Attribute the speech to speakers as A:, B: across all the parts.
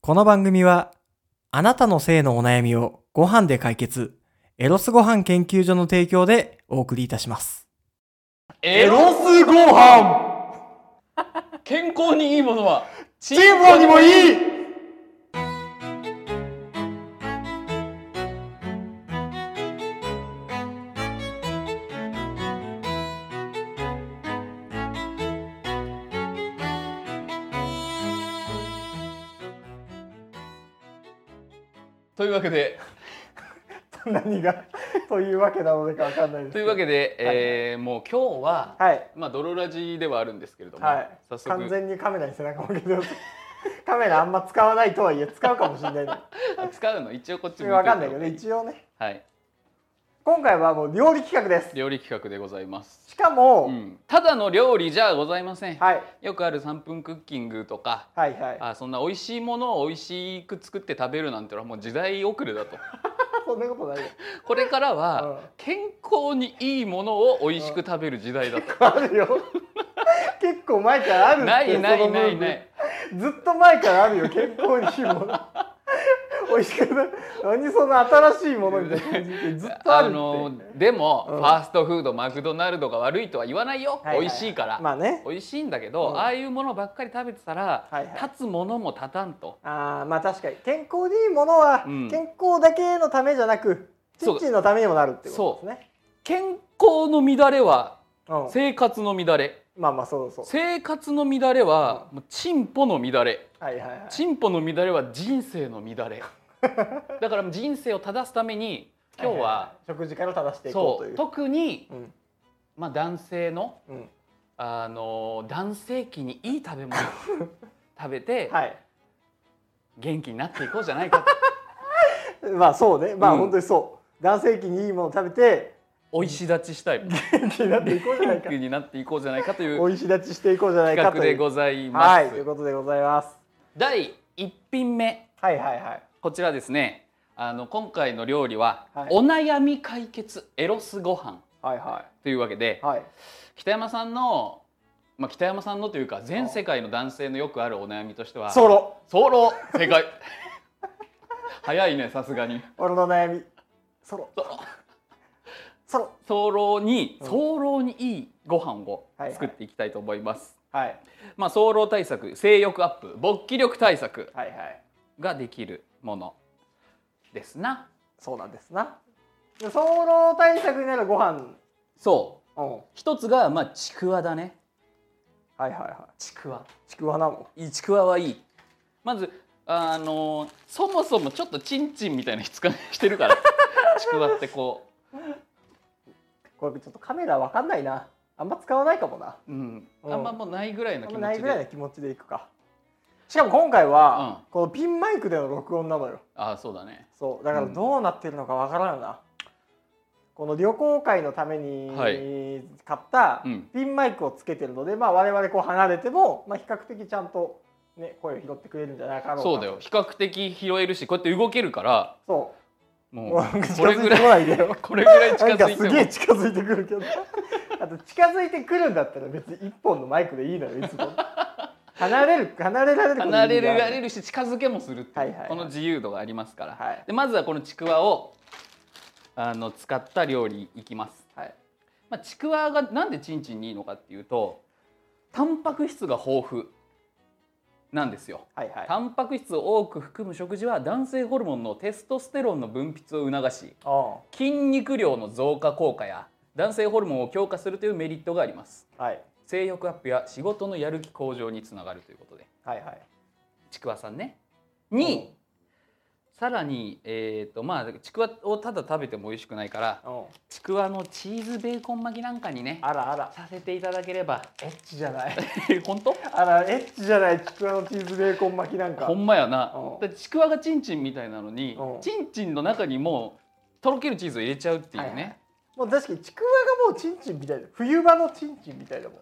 A: この番組は、あなたの性のお悩みをご飯で解決、エロスご飯研究所の提供でお送りいたします。
B: エロ
C: スご飯
B: 健康にいいものはチ
C: ンコにもいい
B: というわけで
C: 何が というわけなのでかわかんないです
B: というわけで、えーもう今日は、
C: はい
B: まあ泥ラジではあるんですけれども、
C: はい
B: 早速
C: 完全にカメラに背中向けてます カメラあんま使わないとはいえ使うかもし れないね
B: あ使うの一応こっち向いて
C: わかんないけどね一応ね
B: はい
C: 今回はもう料理企画です
B: 料理企画でございます、
C: しかも、
B: うん、ただの料理じゃございません、
C: はい
B: よくある3分クッキングとか
C: はいはい
B: あそんな美味しいものを美味しく作って食べるなんてのはもう時代遅れだと
C: そんなことない よ
B: これからは
C: うん
B: 健康にいいものを美味しく食べる時代だと
C: あるよ 結構前からあるって
B: ないな
C: そ
B: い
C: のム
B: な
C: ー
B: い
C: ブ
B: ない
C: ずっと前からあるよ健康にいいもの美味しくない何その新しいものみたいな感じでずっとあるって、
B: でも、
C: うん
B: ファーストフードマクドナルドが悪いとは言わないよ、
C: はいはい
B: 美味しいから、
C: まあね
B: 美味しいんだけど、
C: うん
B: ああいうものばっかり食べてたら、
C: はいはい
B: 立つものも立たんと
C: あーまあ確かに健康でいいものは
B: うん
C: 健康だけのためじゃなく、チ
B: そう
C: ンチンのためにもなるってことですね。
B: 健康の乱れは
C: うん、
B: 生活の乱れ
C: まあまあそうそう。
B: 生活の乱れはもうチンポの乱れ
C: はいはいはい。
B: チンポの乱れは人生の乱 れだから人生を正すために今日は、
C: いいい食事から正していこ
B: そう
C: というう。
B: 特に、
C: うん
B: まあ、男性の
C: うん
B: あの男性器にいい食べ 物を食べて、
C: はい。
B: 元気になっていこうじゃないか と
C: まあそうね。まあ
B: うん
C: 本当にそう。男性器にいいものを食べて
B: 追いし立ちしたい
C: 元気になっていこうじゃない
B: 元
C: か。
B: 気になっていこうじゃないかという
C: おいし立ちしていこうじゃない
B: 企
C: か
B: 画
C: と
B: で
C: いう。
B: ございま
C: はい。
B: す
C: ということでございます。
B: 第1品目
C: はいはいはい。
B: こちらですねあの今回の料理は、
C: はい
B: お悩み解決エロスご飯
C: はいは
B: というわけで
C: い。はい。
B: 北山さんのまあ北山さんのというか全世界の男性のよくあるお悩みとしては
C: ソロ。
B: ソロ正解早いねさすがに
C: 俺の悩み。ソロ。
B: そう
C: ソロ。
B: 早漏に
C: うん
B: 早漏にいいご飯を作っていきたいと思います。
C: はい
B: まあ早漏対策、性欲アップ、勃起力対策
C: はいはい。
B: ができるものですな。
C: そうなんですな。で早漏対策になるご飯。うん。
B: そう。
C: はい
B: 一つがまあちくわだね。
C: はいは
B: ちくわ。
C: い。ちくわなの。
B: いいちくわはいい。まずあのーそもそもちょっとチンチンみたいな質感してる から。ちくわってこ
C: これちょっとカメラわかんないな。あんま使わないかもな。
B: う、うん、
C: うん
B: あんまもうないぐらいの
C: あん
B: 気
C: ま
B: 持
C: ない
B: ち
C: ぐらい
B: で。
C: の気持ちでいくか。しかも今回は、
B: うん
C: このピンマイクでの録音なのよ。
B: ああそうだね。
C: そうだから
B: うん
C: どうなってるのかわからんな。この旅行会のために
B: は
C: 買った
B: うん
C: ピンマイクをつけてるので、まあ我々こう離れてもまあ比較的ちゃんとね声を拾ってくれるんじゃないかろうかと
B: そうだよ。。比較的拾えるし、こうやって動けるから。
C: そう。
B: も
C: もう
B: う
C: 近
B: これ
C: づ
B: ぐ
C: い
B: ら
C: て
B: い
C: こないでよ。
B: これぐらい近
C: なんか
B: づい
C: すげえ
B: て
C: 近づいてくるけどあと近づいてくるんだったら別に一本のマイクでいいのよいつも離れる離れられ
B: も
C: ること
B: 離れるら
C: る
B: れるし近づけもするっていう、
C: はいはいはい
B: この自由度がありますから、
C: はい
B: でまずはこのちくわをあの使った料理いきます、
C: はい
B: まあ、ちくわがなんでちんちんにいいのかっていうとタンパク質が豊富なんですよ
C: はいはい
B: タンパク質を多く含む食事は男性ホルモンのテストステロンの分泌を促し
C: お
B: 筋肉量の増加効果や男性ホルモンを強化するというメリットがあります
C: うはい
B: 性欲アップや仕事のやる気向上につながるということで
C: はいはい
B: ちくわさんねに、さらに、えーとまあ、ちくわをただ食べても美味しくないから
C: うんうん
B: ちくわのチーズベーコン巻きなんかにね
C: あらあら
B: させていただければ
C: エッチじゃない
B: 本当
C: あらエッチじゃないちくわのチーズベーコン巻きなんか
B: ほんまやな
C: うん
B: だってちくわがチンチンみたいなのに
C: うん
B: チンチンの中にもうとろけるチーズを入れちゃうっていうね、
C: はいはいもう確かにちくわがもうチンチンみたいだ冬場のチンチンみたいだもん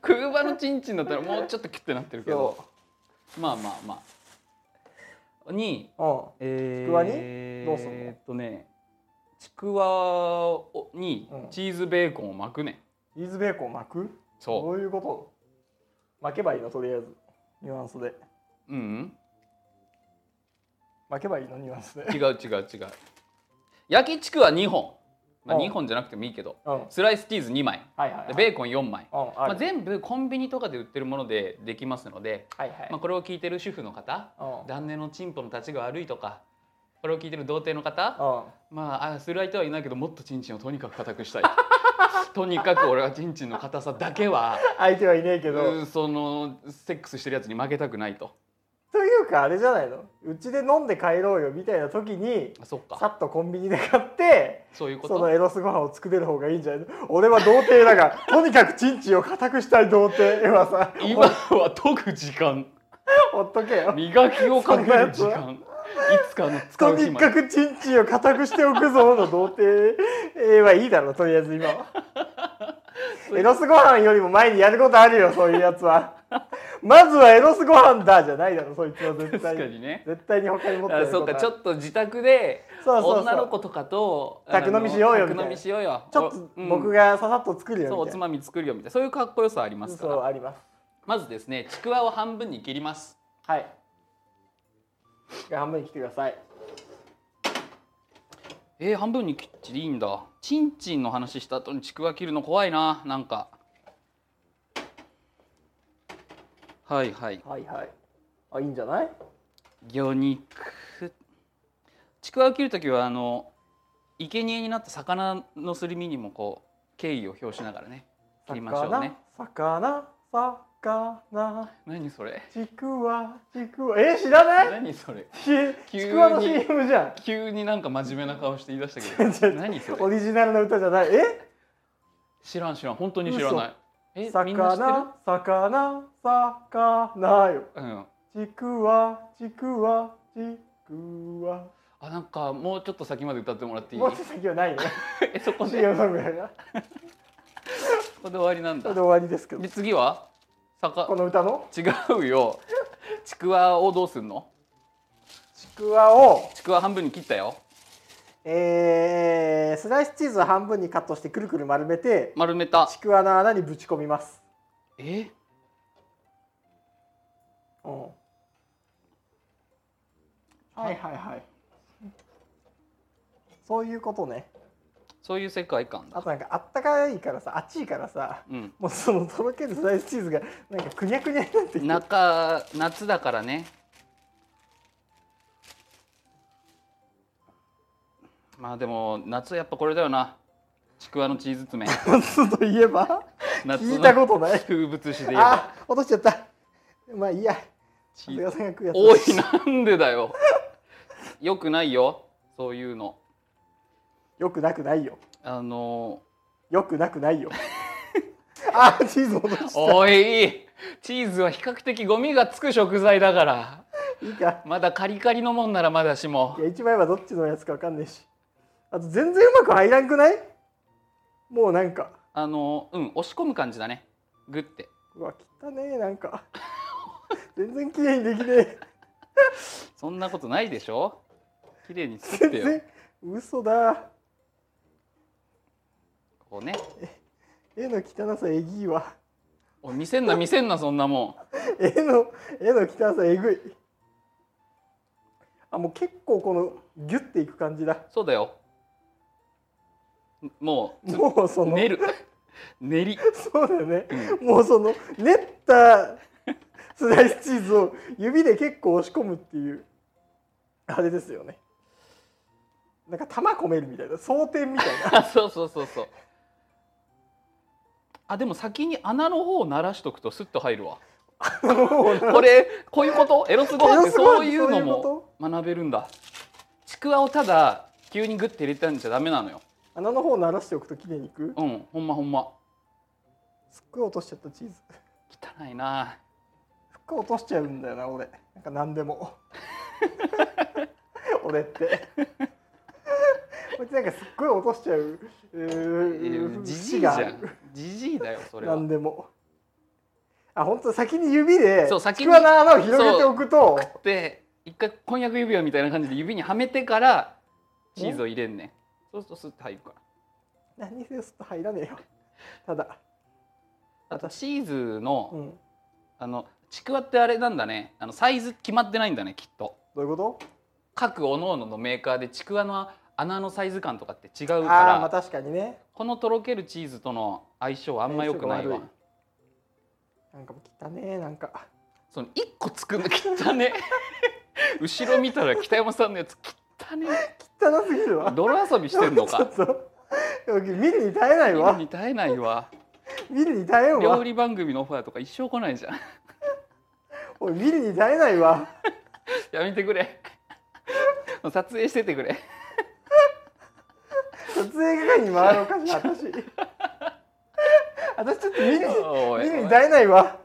B: 空場のチンチンだったらもうちょっとキュッてなってるけどまあまあまあに
C: そ
B: えー、
C: ちくわにどうすんの
B: えーっとねちくわをに
C: うん
B: チーズベーコンを巻くね、
C: ううんチーズベーコン巻くど
B: そう
C: いうこと巻けばいいのとりあえずニュアンスで
B: ううん
C: 巻けばいいのニュアンスで
B: 違う違う違う焼きちくわ2本、まあ、
C: うん
B: 2本じゃなくてもいいけど
C: うんはい
B: スライスチーズ2枚
C: はいはい
B: でベーコン4枚、
C: うん
B: ま
C: あ
B: あ、
C: る
B: 全部コンビニとかで売ってるものでできますので、
C: はいはい
B: まあ、これを聞いてる主婦の方旦那のチンポの立ちが悪いとかこれを聞いてる童貞の方
C: うんうん
B: まああする相手はいないけどもっとチンチンをとにかく硬く したいとにかく俺はチンチンの硬さだけは
C: 相手はいねえけど
B: うんそのセックスしてるやつに負けたくないと
C: というかあれじゃないのうちで飲んで帰ろうよみたいな時に
B: あそっ
C: さ
B: か
C: っとコンビニで買って
B: そういうこ
C: その
B: と
C: エロスご飯を作れる方がいいんじゃないの俺は童貞だがとにかくチンチンを固くしたい童貞今さ
B: 今は解く時間
C: ほっとけよ
B: 磨きをかける時
C: そんなや
B: 間いつかの使
C: と
B: う日
C: に
B: ま
C: か
B: で
C: くチンチンを固くしておくぞの童貞はいいだろとりあえず 今はエロスご飯よりも前にやることあるよそういうや つはまずはエロスご飯だじゃないだろそいつは絶
B: 確か
C: 対
B: にね
C: 絶対に他に持って
B: あ
C: る
B: そうかちょ
C: と
B: っと自宅で
C: そうそうそう
B: 女の子とかと
C: 宅飲みしようよみたいな
B: 宅飲みしようよ
C: ちょっと
B: おうん
C: 僕がささっと作るよ
B: そう
C: み
B: お
C: たい
B: つ
C: な、
B: まみ作るよみたいなそういうかっこよさありますか
C: そう
B: ら
C: あります
B: まずですねちくわを半分に切ります
C: はい半分に来てください
B: えー、半分に切っちりいいんだチンチンの話した後にちくわ切るの怖いななんかはいはい
C: はいはいあいいんじゃない
B: 魚肉ちくわを切る時はあの生贄になった魚のすり身にもこう敬意を表しながらね切りましょうね
C: 魚魚魚
B: 何それ
C: ちくわちくわえ知らない
B: 何それ
C: ひちくわの
B: 急に
C: CM じゃ
B: 急になんか真面目な顔して言い出した
C: ん ち
B: け
C: ょ
B: ど何そ
C: オ
B: れ
C: リジナルの歌じゃないえ
B: 知らん知らん本当に知らないえみんな知ってる
C: 魚魚魚よ
B: うん
C: ちくわちくわちくわ
B: あなんかもうちょっと先まで歌ってもらっていい
C: もうちょっと先はない ね
B: えそこで
C: CM ソン グやな
B: そこで終わりなん
C: そ
B: だ
C: れで終わりですけど
B: で次は
C: こ
B: 魚
C: の歌の
B: 違うよちくわをどうすんの
C: ちくわを
B: ちくわ半分に切ったよ
C: えー、スライスチーズを半分にカットしてくるくる丸めて
B: 丸めた
C: ちくわの穴にぶち込みます、
B: え
C: うん、はいはいはいそういうことね
B: そういう世界観
C: あ
B: だ
C: となんかあったかいからさ熱いからさ
B: うん
C: もうそのとろけるスライスチーズがなんかくにゃくにゃになってきて
B: 中夏だからねまあでも夏やっぱこれだよなちくわのチーズ 詰め
C: 夏といえば
B: 夏
C: 聞いたことない
B: 風物詩で言えば
C: あ落としちゃったまあいいや
B: チ
C: 長
B: ーズ
C: 谷川さんが食うやつ
B: おいなんでだよよくないよそういうの
C: よくなくないよ
B: あの
C: よくなくないよ あチーズ落としちゃっ
B: おいチーズは比較的ゴミがつく食材だから
C: たいいか
B: まだカリカリのもんならまだしも
C: いや一枚はどっちのやつかわかんないしあと全然うまく入らんくないもうなんか
B: あのうん押し込む感じだねグッて
C: うわ汚ねえなんか 全然綺麗にできねえ
B: そんなことないでしょ綺麗に作
C: 全
B: ってよ
C: 然嘘だ
B: こうね
C: 絵の汚さえぎいわ
B: おい見せんな見せんなそんなも
C: 絵の絵の汚さえぐいあもう結構このギュッていく感じだ
B: んそうだよもう
C: もうその
B: 練る練り
C: そうだよね、もうその練ったスライスチーズを指で結構押し込むっていうあれですよねなんか玉込めるみたいな装填みたいな
B: あそうそうそうそうあでも先に穴の方を鳴らしとくとスッと入るわ これこういうことエロスご飯って
C: エロスご飯
B: そういうの
C: そういうこ
B: も学べるんだちくわをただ急にグッて入れたんじゃダメなのよ
C: 穴の方を鳴らしておくときれいにいく
B: うんほんまほんます
C: っごい落としちゃったチーズ
B: 汚いな
C: すっごい落としちゃうんだよな俺なんか何でも 俺ってこいつなんかすっごい落としちゃううー
B: じじい
C: 節
B: じ
C: が
B: ゃ
C: ある
B: んじじいだよそれは
C: 何でもあ本当先に指で
B: そう先に
C: ちくわの穴を広げておくと
B: で一回婚約指輪みたいな感じで指にはめてからチーズを入れんねんそうするとスッと入るから
C: 何せすっと入らねえよただ
B: あとチーズの、
C: うん
B: あのちくわってあれなんだねあのサイズ決まってないんだねきっと
C: どういうこ
B: 各各々のメーカーでちくわの穴のサイズ感とかって違うか
C: ああま
B: ら
C: あ確かにね
B: このとろけるチーズとの相性はあんま良くないわ
C: 相性が悪なんかもう汚ねえなんか
B: その一個作るの汚ね 後ろ見たら北山さんのやつ汚ね
C: 汚すぎるわ
B: 泥遊びしてんの
C: ちょ
B: か
C: っと見るに耐えない
B: 見る
C: わ
B: に耐えないわ
C: 見るに耐えんわ
B: 料理番組のオファーとか一生来ないじゃん
C: おい見るに耐えないわ
B: やめてくれ もう撮影しててくれ
C: 撮影係に回ろうかしら私 私ちょっと見る
B: おい
C: 見る
B: お
C: に
B: い
C: 耐えないわ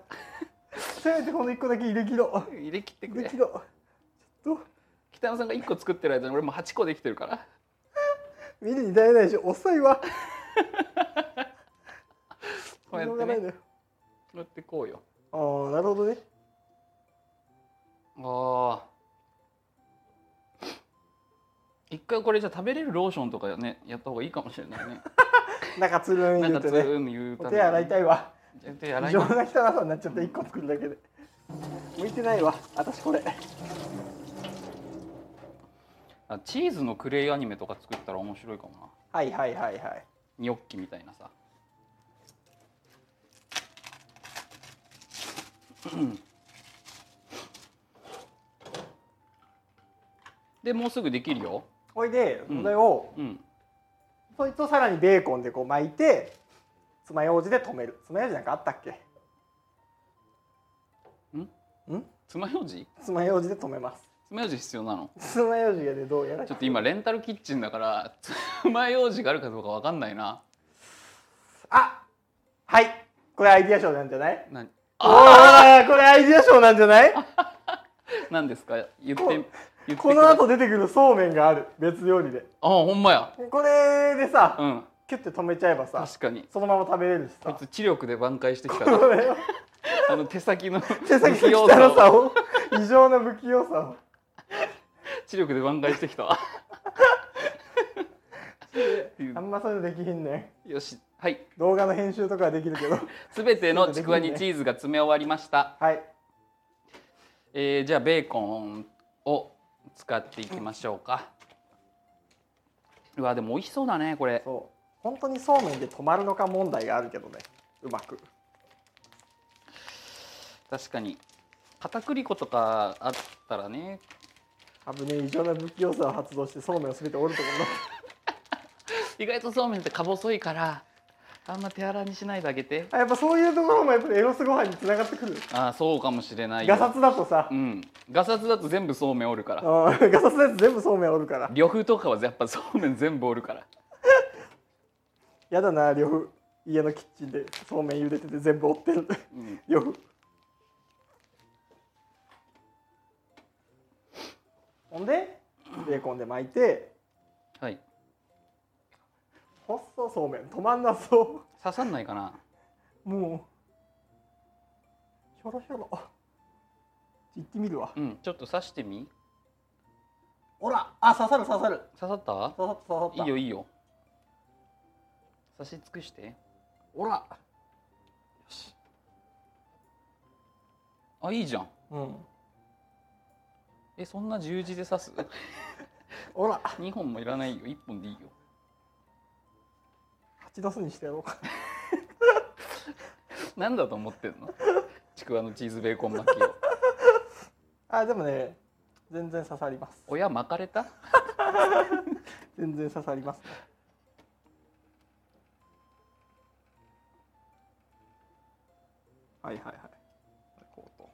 C: せめてこの一個だけ入れ切ろ
B: 入れ切って
C: う
B: く
C: 入れ
B: れ
C: 切ろうちょっと
B: 北山さんが1個作ってる間に俺もう8個できてるから
C: 見るに耐えないし遅いわ
B: こうやっ
C: しょう
B: て
C: がな
B: ねこ
C: いのよ
B: うやってこうよ
C: ああなるほどね
B: あー一回これじゃあ食べれるローションとかねやった方がいいかもしれ ないね
C: なんかつるん
B: なん
C: 言
B: か
C: うて
B: つ
C: ね
B: ーん言う
C: お手洗いた
B: い
C: いわ
B: 手洗
C: 異
B: い
C: 常
B: たい
C: な汚さになっちゃった一個作るだけで向いてないわ私これ
B: あチーズのクレイアニメとか作ったら面白いかもな
C: はいはいはいはい
B: ニョッキみたいなさ でもうすぐできるよ
C: ほいで
B: うん
C: それを、
B: うん
C: そいつをさらにベーコンでこう巻いて爪楊枝で止める爪楊枝なんかあったっけ
B: 爪楊枝
C: 爪楊枝で止めます
B: 爪楊枝必要なの
C: 爪楊枝がねどうやら
B: ちょっと今レンタルキッチンだから爪楊枝があるかどうかわかんないな
C: あはいこれアイディア賞なんじゃない
B: な
C: おーこれアイディア賞なんじゃない
B: 何ですか言って
C: こ
B: 言って
C: この後出てくるそうめんがある別料理で
B: あほんまや
C: これでさ、
B: うん
C: キュッて止めちゃえばさ
B: 確かに
C: そのまま食べれるし
B: こい
C: さ
B: つ知力で挽回してきたな
C: これを
B: あの手先の
C: 手先
B: 不器
C: の
B: 用
C: 汚
B: さを
C: さを異常な不器用さを
B: 知力で挽回してきたわ
C: あんまそういうのできひんねん
B: よしはい
C: 動画の編集とかはできるけど
B: すべてのちくわにチーズが詰め終わりました、
C: はい
B: えーじゃあベーコンを使っていきましょうかうわでも美味しそうだねこれ
C: そう本当にそうめんで止まるのか問題があるけどねうまく
B: 確かに片栗粉とかあったらね
C: 危ねえ異常な不器用さを発動してそうめんを全て折るところ
B: 意外とそうめんってか細いからあんま手荒にしないであげて
C: あやっぱそういうところもやっぱりエロスご飯につながってくる
B: ああそうかもしれないよ
C: ガサツだとさ、
B: う
C: うん
B: んガサツだと全部そうめんおるから
C: ガサツだと全部そうめん折るから
B: 呂布とかはやっぱそうめん全部おるから
C: やだな呂布家のキッチンでそうめん茹でてて全部折ってる
B: うん
C: 呂布ほんでベーコンで巻いて
B: はい
C: 細そうめん止まんなそう
B: 刺さんないかな
C: もうひょろひょろ行ってみるわ
B: うんちょっと刺してみ
C: ほらあ刺さる刺さる
B: 刺さった
C: 刺さった刺さっ
B: い
C: た
B: いよいいよ刺し尽くして
C: ほら
B: あいいじゃん
C: うん
B: えそんな十字で刺す
C: ほら
B: 二本もいらないよ一本でいいよ
C: 蜂の巣にしてやろうか
B: なんだと思ってん のちくわのチーズベーコン巻き を
C: あでもね全然刺さります
B: 親巻かれた
C: 全然刺さりますねはいはいはいこうと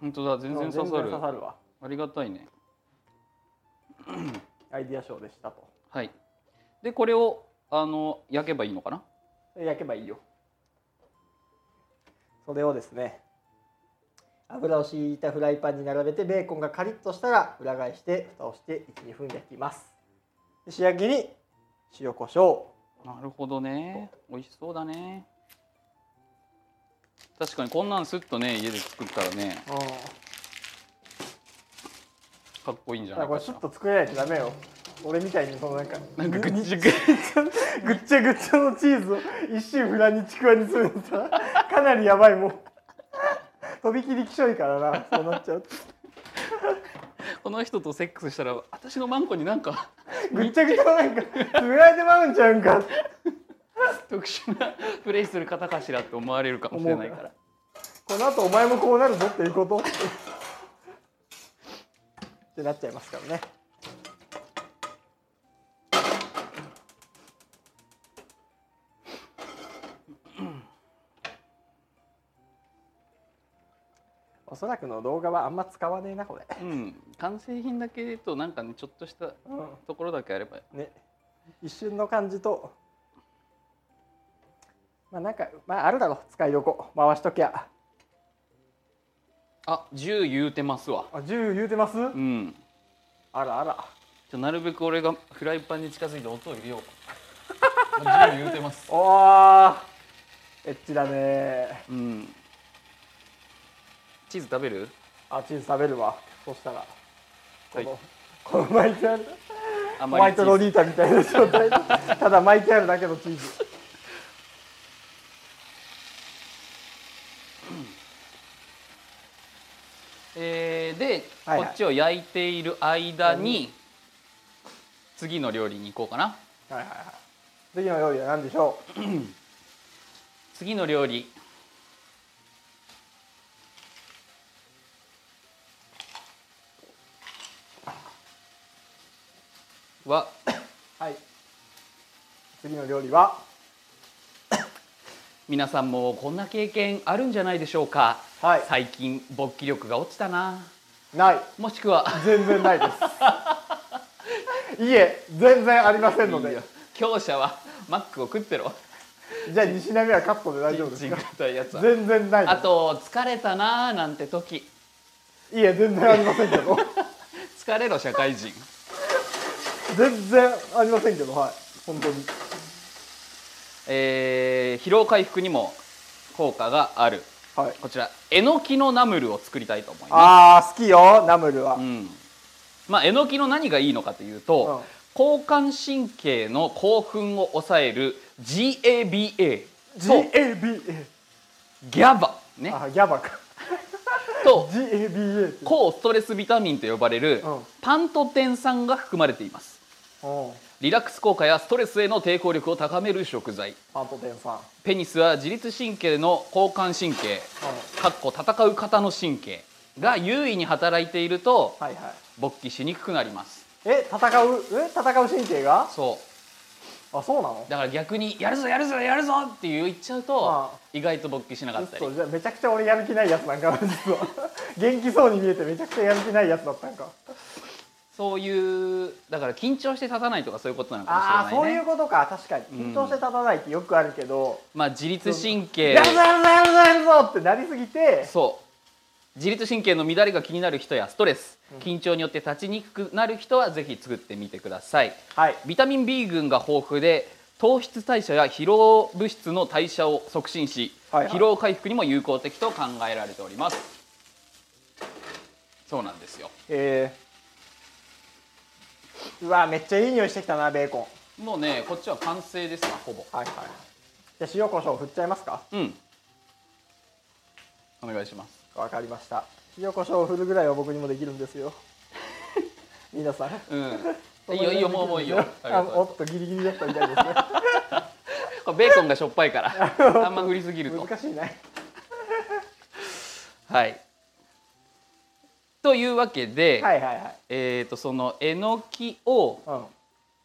B: 本当だ全然刺さ
C: 全
B: る
C: 刺さるわ
B: ありがたいね
C: アイディア賞でしたと
B: はいでこれをあの焼けばいいのかな
C: 焼けばいいよそれをですね油を敷いたフライパンに並べてベーコンがカリッとしたら裏返して蓋をして12分焼きますで仕上げに塩コショウ
B: なるほどね美味しそうだね確かにこんなんすっとね家で作ったらねかっこいいんじゃ
C: だ
B: な
C: か
B: いか
C: らこれ
B: し
C: ちょ
B: ら
C: っと作れないとダメよ俺みたいにそのなんか
B: なんかぐっちぐ
C: ぐっちゃぐっちゃのチーズを一心不乱にちくわに詰めたらかなりやばいもう飛び切りきしょいからなそうなっちゃうと
B: この人とセックスしたら私のマンコになんか
C: ぐっちゃぐちゃのなんかつられてまうんちゃうんか
B: 特殊なプレイする方かしらって思われるかもしれないから
C: この後お前もこうなるぞっていうことってなっちゃいますからねおそらくの動画はあんま使わねえなこれ、
B: うん完成品だけとなんかねちょっとした
C: う
B: ところだけあれば
C: ん、ね一瞬の感じとまあなんかまああるだろ使いどこ回しときゃ
B: あ10言うてますわ
C: あ10言うてます、
B: うん
C: あらあら
B: じゃあなるべく俺がフライパンに近づいて音を入れようか10言うてます
C: おーエッチだね
B: うんチーズ食べる
C: あチーズ食べるわそしたらこ
B: はい
C: の,、この巻いてあ る
B: あ
C: ホワイトロ
B: チーズ
C: リータみたいな状態で ただ巻いてあるだけのチーズ
B: えーで、
C: はいはい
B: こっちを焼いている間に、次の料理に行こうかな
C: はいはいはい次の料理は何でしょう
B: 次の料理は
C: はい次の料理は
B: 皆さんもこんな経験あるんじゃないでしょうか、
C: はい
B: 最近勃起力が落ちたな
C: ない
B: もしくは
C: 全然ないです いえ全然ありませんの
B: いい
C: で
B: よ強者はマックを食ってろ
C: じゃあ2品目はカットで大丈夫で
B: チ
C: す
B: ンチン
C: か
B: 硬いやつは
C: 全然ないです
B: あと疲れたなーなんて時
C: いえ全然ありませんけ ど
B: 疲れろ社会人
C: 全然ありませんけどはい本当に
B: えー疲労回復にも効果がある
C: はい
B: こちらえのきのナムルを作りたいと思いま
C: あー好きよナムルは、
B: す、うんまあ、えのきの何がいいのかというと、交感神経の興奮を抑える GABA と
C: GABA
B: GABA ね
C: あギャバか
B: と
C: GABA って
B: 抗ストレスビタミンと呼ばれる
C: うん
B: パントテン酸が含まれています
C: うん
B: リラックス効果やストレスへの抵抗力を高める食材
C: パントテンさん
B: ペニスは自律神経の交感神経かっこ戦う方の神経が優位に働いていると
C: はいはい
B: 勃起しにくくなります
C: え戦うえ戦う神経が
B: そ
C: あそうなの
B: うだから逆に「やるぞやるぞやるぞ!」って言っちゃうと
C: ああ
B: 意外と勃起しなかったり
C: 嘘じゃあめちゃくちゃ俺やる気ないやつなんかな実は 元気そうに見えてめちゃくちゃやる気ないやつだったんか
B: そういうだから緊張して立たないとかそういうことなのか
C: ああ
B: もし
C: そう
B: れ
C: い
B: な
C: う
B: いね
C: ことか確かに緊張して立たないってよくあるけど、
B: まあ自律神経
C: やるぞやるぞやるぞやるぞってなりすぎて
B: そう自律神経の乱れが気になる人やストレス緊張によって立ちにくくなる人はぜひ作ってみてください
C: はい
B: ビタミン B 群が豊富で糖質代謝や疲労物質の代謝を促進し、
C: はいはい
B: 疲労回復にも有効的と考えられておりますそうなんですよ
C: えー、うわめっちゃいい匂いしてきたなベーコン
B: もうねこっちは完成ですなほぼ
C: はいはいじゃあ塩コショウ振っちゃいますか
B: うんお願いします
C: わかりました塩コショウを振るぐらいは僕にもできるんですよ 皆さん
B: うんいいよいいよもうもういいよありが
C: あ
B: とう
C: おっとギリギリだったみたいですね
B: これベーコンがしょっぱいから あんま振りすぎ ると
C: 難しいね
B: はいというわけで、
C: はいはいはい
B: えっ、とそのえのきを
C: うん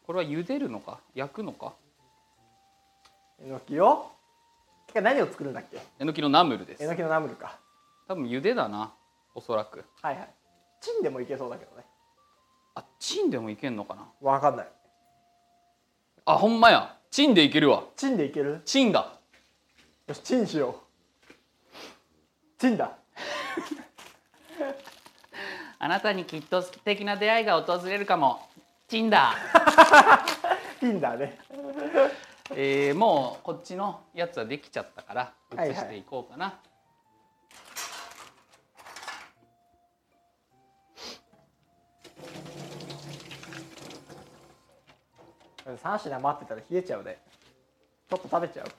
B: これは茹でるのか焼くのか
C: えのきをてか何を作るんだっけ
B: えのきのナムルです
C: えのきのナムルか
B: 多分茹でだなおそらく
C: はいはいチンでもいけそうだけどね
B: あチンでもいけんのかな
C: わかんない
B: あほんまやチンでいけるわ
C: チンでいける
B: チンだ
C: よしチンしようチンだ
B: あなたにきっと素敵な出会いが訪れるかもチンだ、
C: ティンダーね
B: えー、もうこっちのやつはできちゃったから
C: はいはい
B: 移していこうかな、
C: 3品待ってたら冷えちゃうでちょっと食べちゃうよ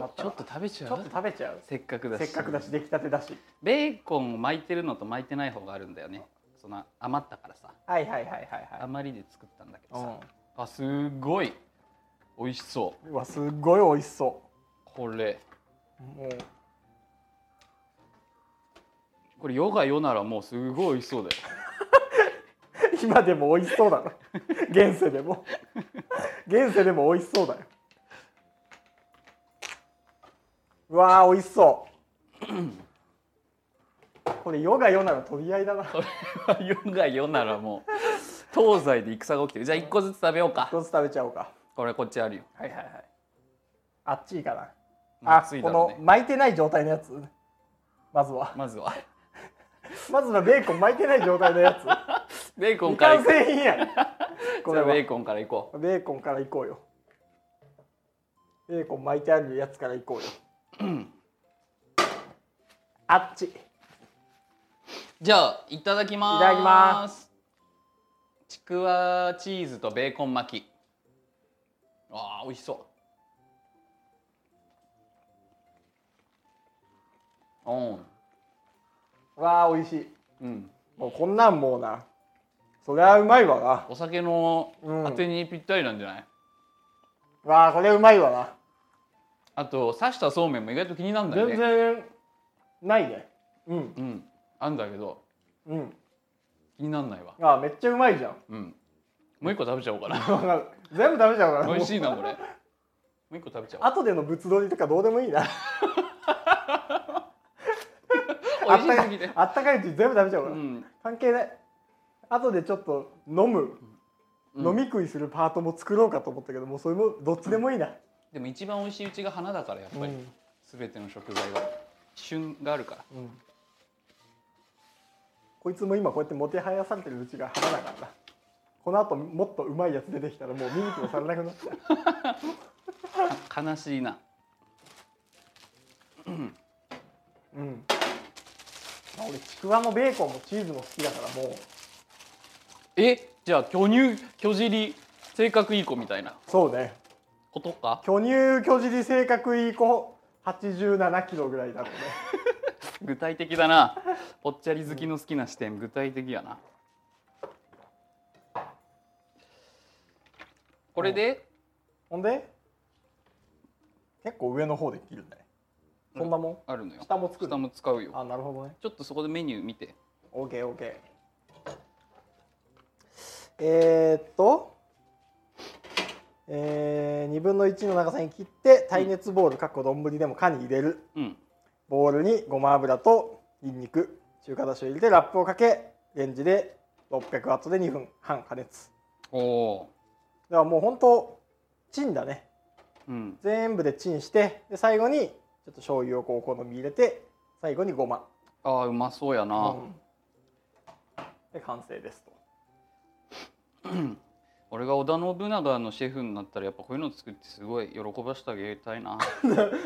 C: か
B: あ
C: った
B: ちょっと食べち
C: ち
B: ゃ
C: ょっ
B: う
C: と食べちゃう
B: せっかくだし
C: せっかくだし出来たてだし
B: ベーコンを巻いてるのと巻いてない方があるんだよねその余ったからさ
C: はいはいはいはいは
B: 余りで作ったんだけどさ
C: い、
B: あすごい美味しそう
C: うん、うわすっごい美味しそ
B: これ
C: うもう
B: これ世が世ならもうすごい美味しそうだ よ
C: 今でも美味しそうだろ現世でも現世でも美味しそうだようわー美味しそうこれ世が世なら取り合いだな
B: これは世が世ならもう東西で戦が起きてるじゃあ一個ずつ食べようか
C: 一つ食べちゃおうか
B: これこっちあるよ
C: はいはいはいあっちいいかな、あ
B: 熱いだ
C: こ
B: ろ
C: の
B: うね
C: 巻いてない状態のやつま ずは
B: まず は
C: まずはベーコン巻いてない状態のやつ
B: ベーコン
C: 未
B: からい
C: 完
B: こう
C: 成品やん
B: じ
C: これ
B: ゃあ
C: は
B: ベー
C: ベ
B: コンからいこ
C: ーコンからいこうよベーコン巻いてあるやつからいこうよ あっち
B: うじゃあいただきます
C: いただきます
B: ちくわチーズとベーコン巻きあー美味しそう
C: わあ美味しい
B: うん、うん、
C: もうこんなんもうなそりゃうまいわな
B: お酒の
C: うん
B: あてにぴったりなんじゃない、
C: わあこれうまいわな
B: あと刺したそうめんも意外と気になるんだよね
C: 全然ないねうん
B: うんあんだけど
C: うん
B: 気になんないわ
C: あーめっちゃうまいじゃん
B: うんもう一個食べちゃおうかな
C: わかる全部食べちゃうから
B: 美味しい
C: もう
B: なこれもう一個食べちゃおう
C: 後での物撮りとかどうでもいいな
B: 美
C: あっ
B: 味したす
C: か
B: ぎて
C: いあったかいうちに全部食べちゃう
B: う
C: から、
B: ん
C: 関係ない後でちょっと飲む、
B: うん
C: 飲み食いするパートも作ろうかと思ったけどもうそれもどっちでもいいな、
B: でも一番美味しいうちが花だからやっぱり
C: うん
B: 全ての食材は旬があるから
C: うんこいつも今こうやってもてはやされてるうちが花だからなこの後もっとうまいやつ出てきたらもう見に来もされなくなっちゃう
B: あ悲しいな
C: うんまあ俺ちくわもベーコンもチーズも好きだからもう
B: えじゃあ巨乳巨尻性格いい子みたいな
C: そうね
B: ことか
C: 巨乳巨尻性格いい子87キロぐらいだろうね
B: 具体的だなぽっちゃり好きの好きな視点具体的やなこれで
C: ほんで結構上の方で切るんだねそんなもん
B: あるのよ
C: 下も作る
B: 下も使うよ
C: あなるほどね
B: ちょっとそこでメニュー見て
C: OKOK えー、っとえー、2分の1の長さに切って耐熱ボウルかっこ丼でも缶に入れる
B: うん
C: ボウルにごま油とニンニク中華だしを入れてラップをかけレンジで600ワットで2分半加熱
B: おお
C: だからもうほんとチンだね
B: ーうん
C: 全部でチンしてで最後にちょっと醤油をこうお好み入れて最後にごま、
B: あーうまそうやな、
C: うんで完成ですと
B: 俺が織田信長のシェフになったらやっぱこういうの作ってすごい喜ばしてあげたいな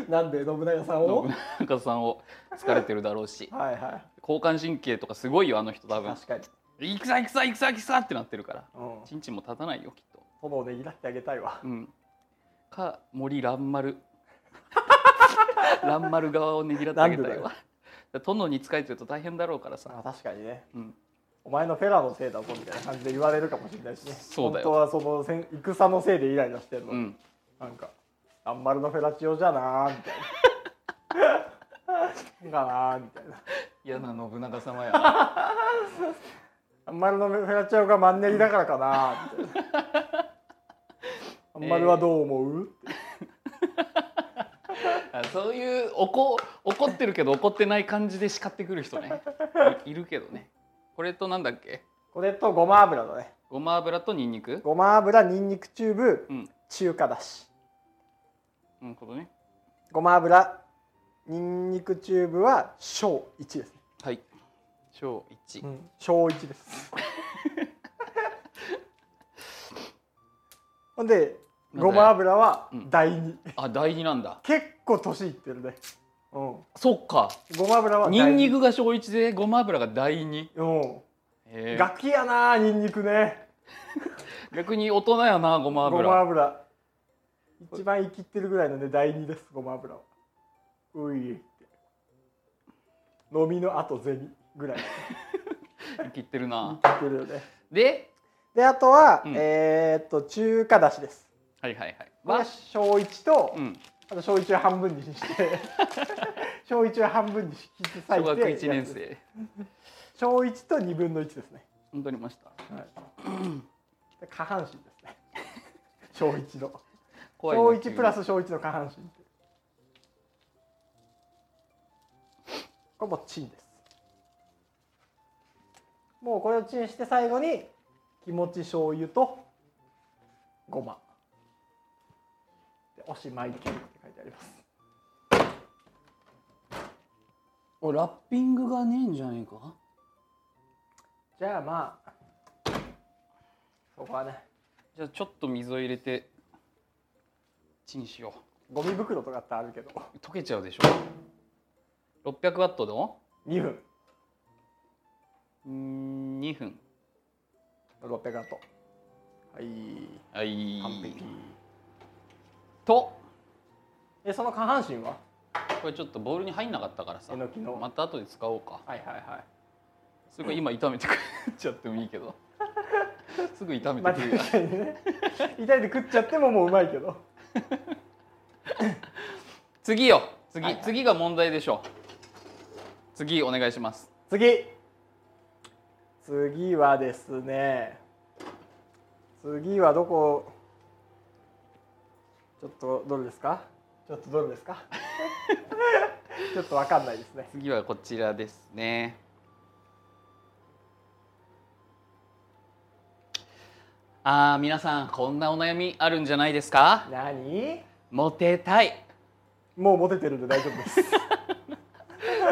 C: なんで信長さんを
B: 信長さんを疲れてるだろうし
C: はいはい
B: 交感神経とかすごいよあの人多分
C: 確かに、
B: 戦戦戦戦ってなってるから
C: うん、
B: ちんちんも立たないよきっと
C: 炎でぎらってあげたいわ
B: うんか森蘭丸蘭丸側をねぎらってあげた
C: ないんで
B: わ殿に仕えてると大変だろうから
C: あ
B: さ、
C: 確かにね
B: うん、
C: お前のフェラのせいだぞみたいな感じで言われるかもしれないしね
B: そうだよ
C: 本当はその戦戦のせいでイライラしてるの、
B: うん
C: なんかあんまりのフェラチオじゃなーみたいなかなーみたいな
B: 嫌な信長様 やな
C: あんまりのフェラチオがマンネリだから かなーみたいなあんまりはどう思う、
B: あそういう怒怒ってるけど怒ってない感じで叱ってくる人ねいいるけどねこれとなんだっけ
C: これとごま油だね
B: ごま油とニンニク
C: ごま油にんにくチューブ、
B: うん
C: 中華だし
B: うんことね
C: ごま油にんにくチューブは小1ですね、
B: はい小一、
C: うん、小1ですほ
B: なん
C: んで
B: だよ
C: ごま油は
B: うん
C: 第2、
B: あ第二なんだ
C: 結構年いってるねうん
B: そっか
C: ごま油は
B: ニンニ
C: ク
B: クが小一でごま油が第二
C: うん
B: へえ
C: 楽器やなにんにくね
B: 逆に大人やなごま
C: ご
B: 油
C: ま油一番生きってるぐらいのね第2ですごま油はういって飲みのあと銭ぐらい
B: 生切ってるな。
C: 言ってるよね
B: で、
C: であとは、
B: うん
C: えーっと中華だしです
B: はいはいはい。
C: は
B: は、
C: 小一と、
B: うん、
C: あと小一を半分にして 小一を半分に引き裂いて
B: 小学一年生。
C: 小一と二分の一ですね、
B: 本当にました。
C: で下半身 ですね小一の
B: 怖いな
C: 小一プラ
B: 急
C: ス小一の下半身これもうチンですもうこれをチンして最後に気持ち醤油とごまでおしまいって書いてあります
B: におラッピングがねえんじゃねえか。
C: じゃあまあそこはね
B: じゃあちょっと水を入れてチンしよ
C: ゴミ袋とかってあるけど
B: う。溶けちゃうでしょ。600ワットの
C: 2分
B: うーん2分。
C: 600ワットはい
B: はい。
C: 完璧
B: と
C: えその下半身は
B: これちょっとボウルに入んなかったからさ
C: えのきの
B: また後で使おうか
C: はいは
B: それから今炒めてくれちゃってもいい けどすぐ炒
C: い
B: め
C: まあ
B: てくれる
C: 確かにね 痛いで食っちゃってももううまいけど
B: 次よ次、
C: はいはい
B: 次が問題でしょ次お願いします
C: 次次はですね次はどこちょっとどれですかちょっとどれですか ちょっとわかんないですね
B: 次はこちらですねあー皆さんこんなお悩みあるんじゃないですか
C: 何
B: モテたい
C: もうモテてるんで大丈夫です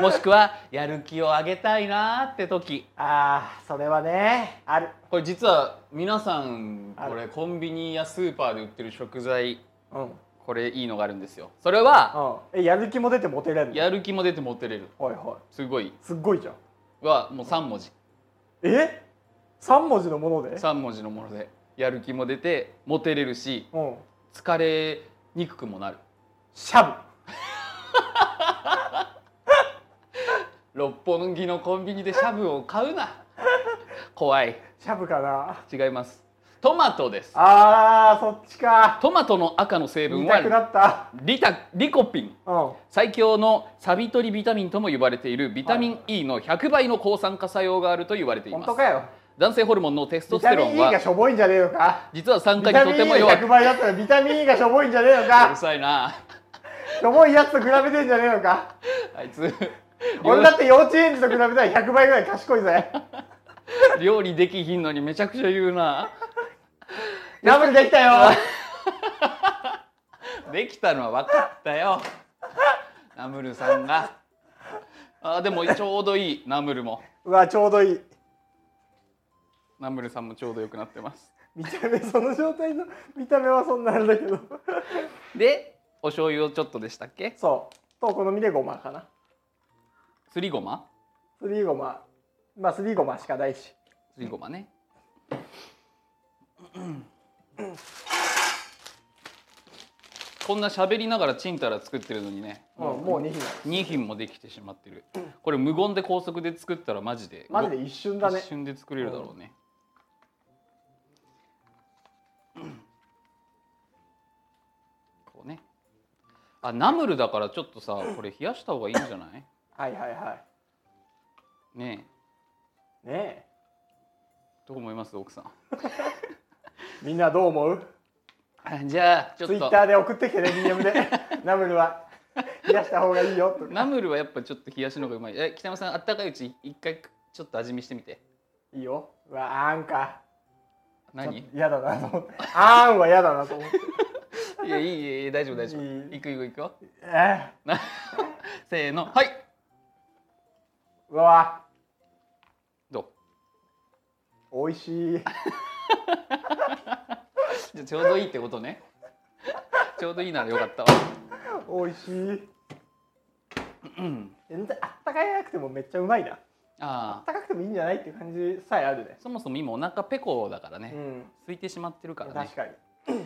B: もしくはやる気を上げたいなーって時
C: ああそれはねある
B: これ実は皆さん
C: ある
B: これコンビニやスーパーで売ってる食材
C: うんうん
B: これいいのがあるんですよそれは
C: えやる気も出てモテれるの
B: やる気も出てモテれる
C: はいは
B: すごい
C: いすっごいじゃん
B: はもう3文字
C: え三文字のもので
B: 3文字のものでやる気も出てモテれるし
C: うん
B: 疲れにくくもなる
C: しゃ
B: 六本木のコンビニでシャブを買う な怖い
C: ぶしゃぶかな
B: 違いますトマトです
C: あーそっちか
B: トマトの赤の成分
C: 見
B: は
C: たくなった
B: リタリコピン
C: うん
B: 最強のサビ取りビタミンとも呼ばれているビタミン E の100倍の抗酸化作用があると言われていま
C: 本
B: す
C: 当かよ
B: 男性ホルモンのテスト
C: ビ
B: ステ
C: タ
B: ロ
C: ミン
B: ン
C: E
B: は
C: がしょぼいんじゃねえのか
B: 実は酸
C: ビ
B: 化に
C: タ
B: と
C: ミン
B: て
C: E
B: も
C: の
B: 弱いう
C: 100倍だったらビタミン E がしょぼいんじゃねえの
B: る
C: か
B: さいな
C: しょぼいやつと比べてんじゃねえのか
B: あいつ
C: 俺だって幼稚園児と比べたら100倍ぐらい賢いぜ
B: 料理できひんのにめちゃくちゃ言うな
C: ダブルできたよ
B: できたのは分かったよナムルさんがあでもちょうどいいナムルも
C: うわちょうどいい
B: ナムルさんもちょうどよくなってます
C: 見た目その状態の見た目はそんなあれだけど
B: でお醤油をちょっとでしたっけ
C: そうとお好みでごまかな
B: すりごます
C: りごままあすりごましかないし
B: すりごまねこんな喋りながらチンタラ作ってるのにね
C: うんもう2品
B: 2品もできてしまってるこれ無言で高速で作ったらマジで
C: マジで一瞬だね
B: 一瞬で作れるだろうね、こうねあナムルだからちょっとさこれ冷やした方がいいんじゃない
C: はいはいは
B: ねえ
C: いねえ
B: どう思います奥さん
C: みんなどう思う
B: あじゃあちょ
C: ツイ
B: っ
C: ッ
B: と
C: ターで送ってきてね DM でナムルは冷やした方がいいよとか
B: ナムルはやっぱちょっと冷やしの方がうまいえ北山さんあったかいうち一回ちょっと味見してみて
C: いいようわあんか
B: 何い
C: 嫌だなと思ってあんは嫌だなと思って
B: やいいいいいい大丈夫大丈夫
C: いい
B: いくいくいくよ
C: え
B: な せーのはい
C: ーうわ
B: どう
C: 美味しい
B: じゃあちょうどいいってことねちょうどいいならよかったわ
C: 美味しい全然あったかなくてもめっちゃうまいなあ
B: ああ
C: ったかくてもいいんじゃないっていう感じさえあるね
B: そもそも今お腹ペコだから
C: う
B: ね、
C: ん
B: 空いてしまってるからね
C: 確、かに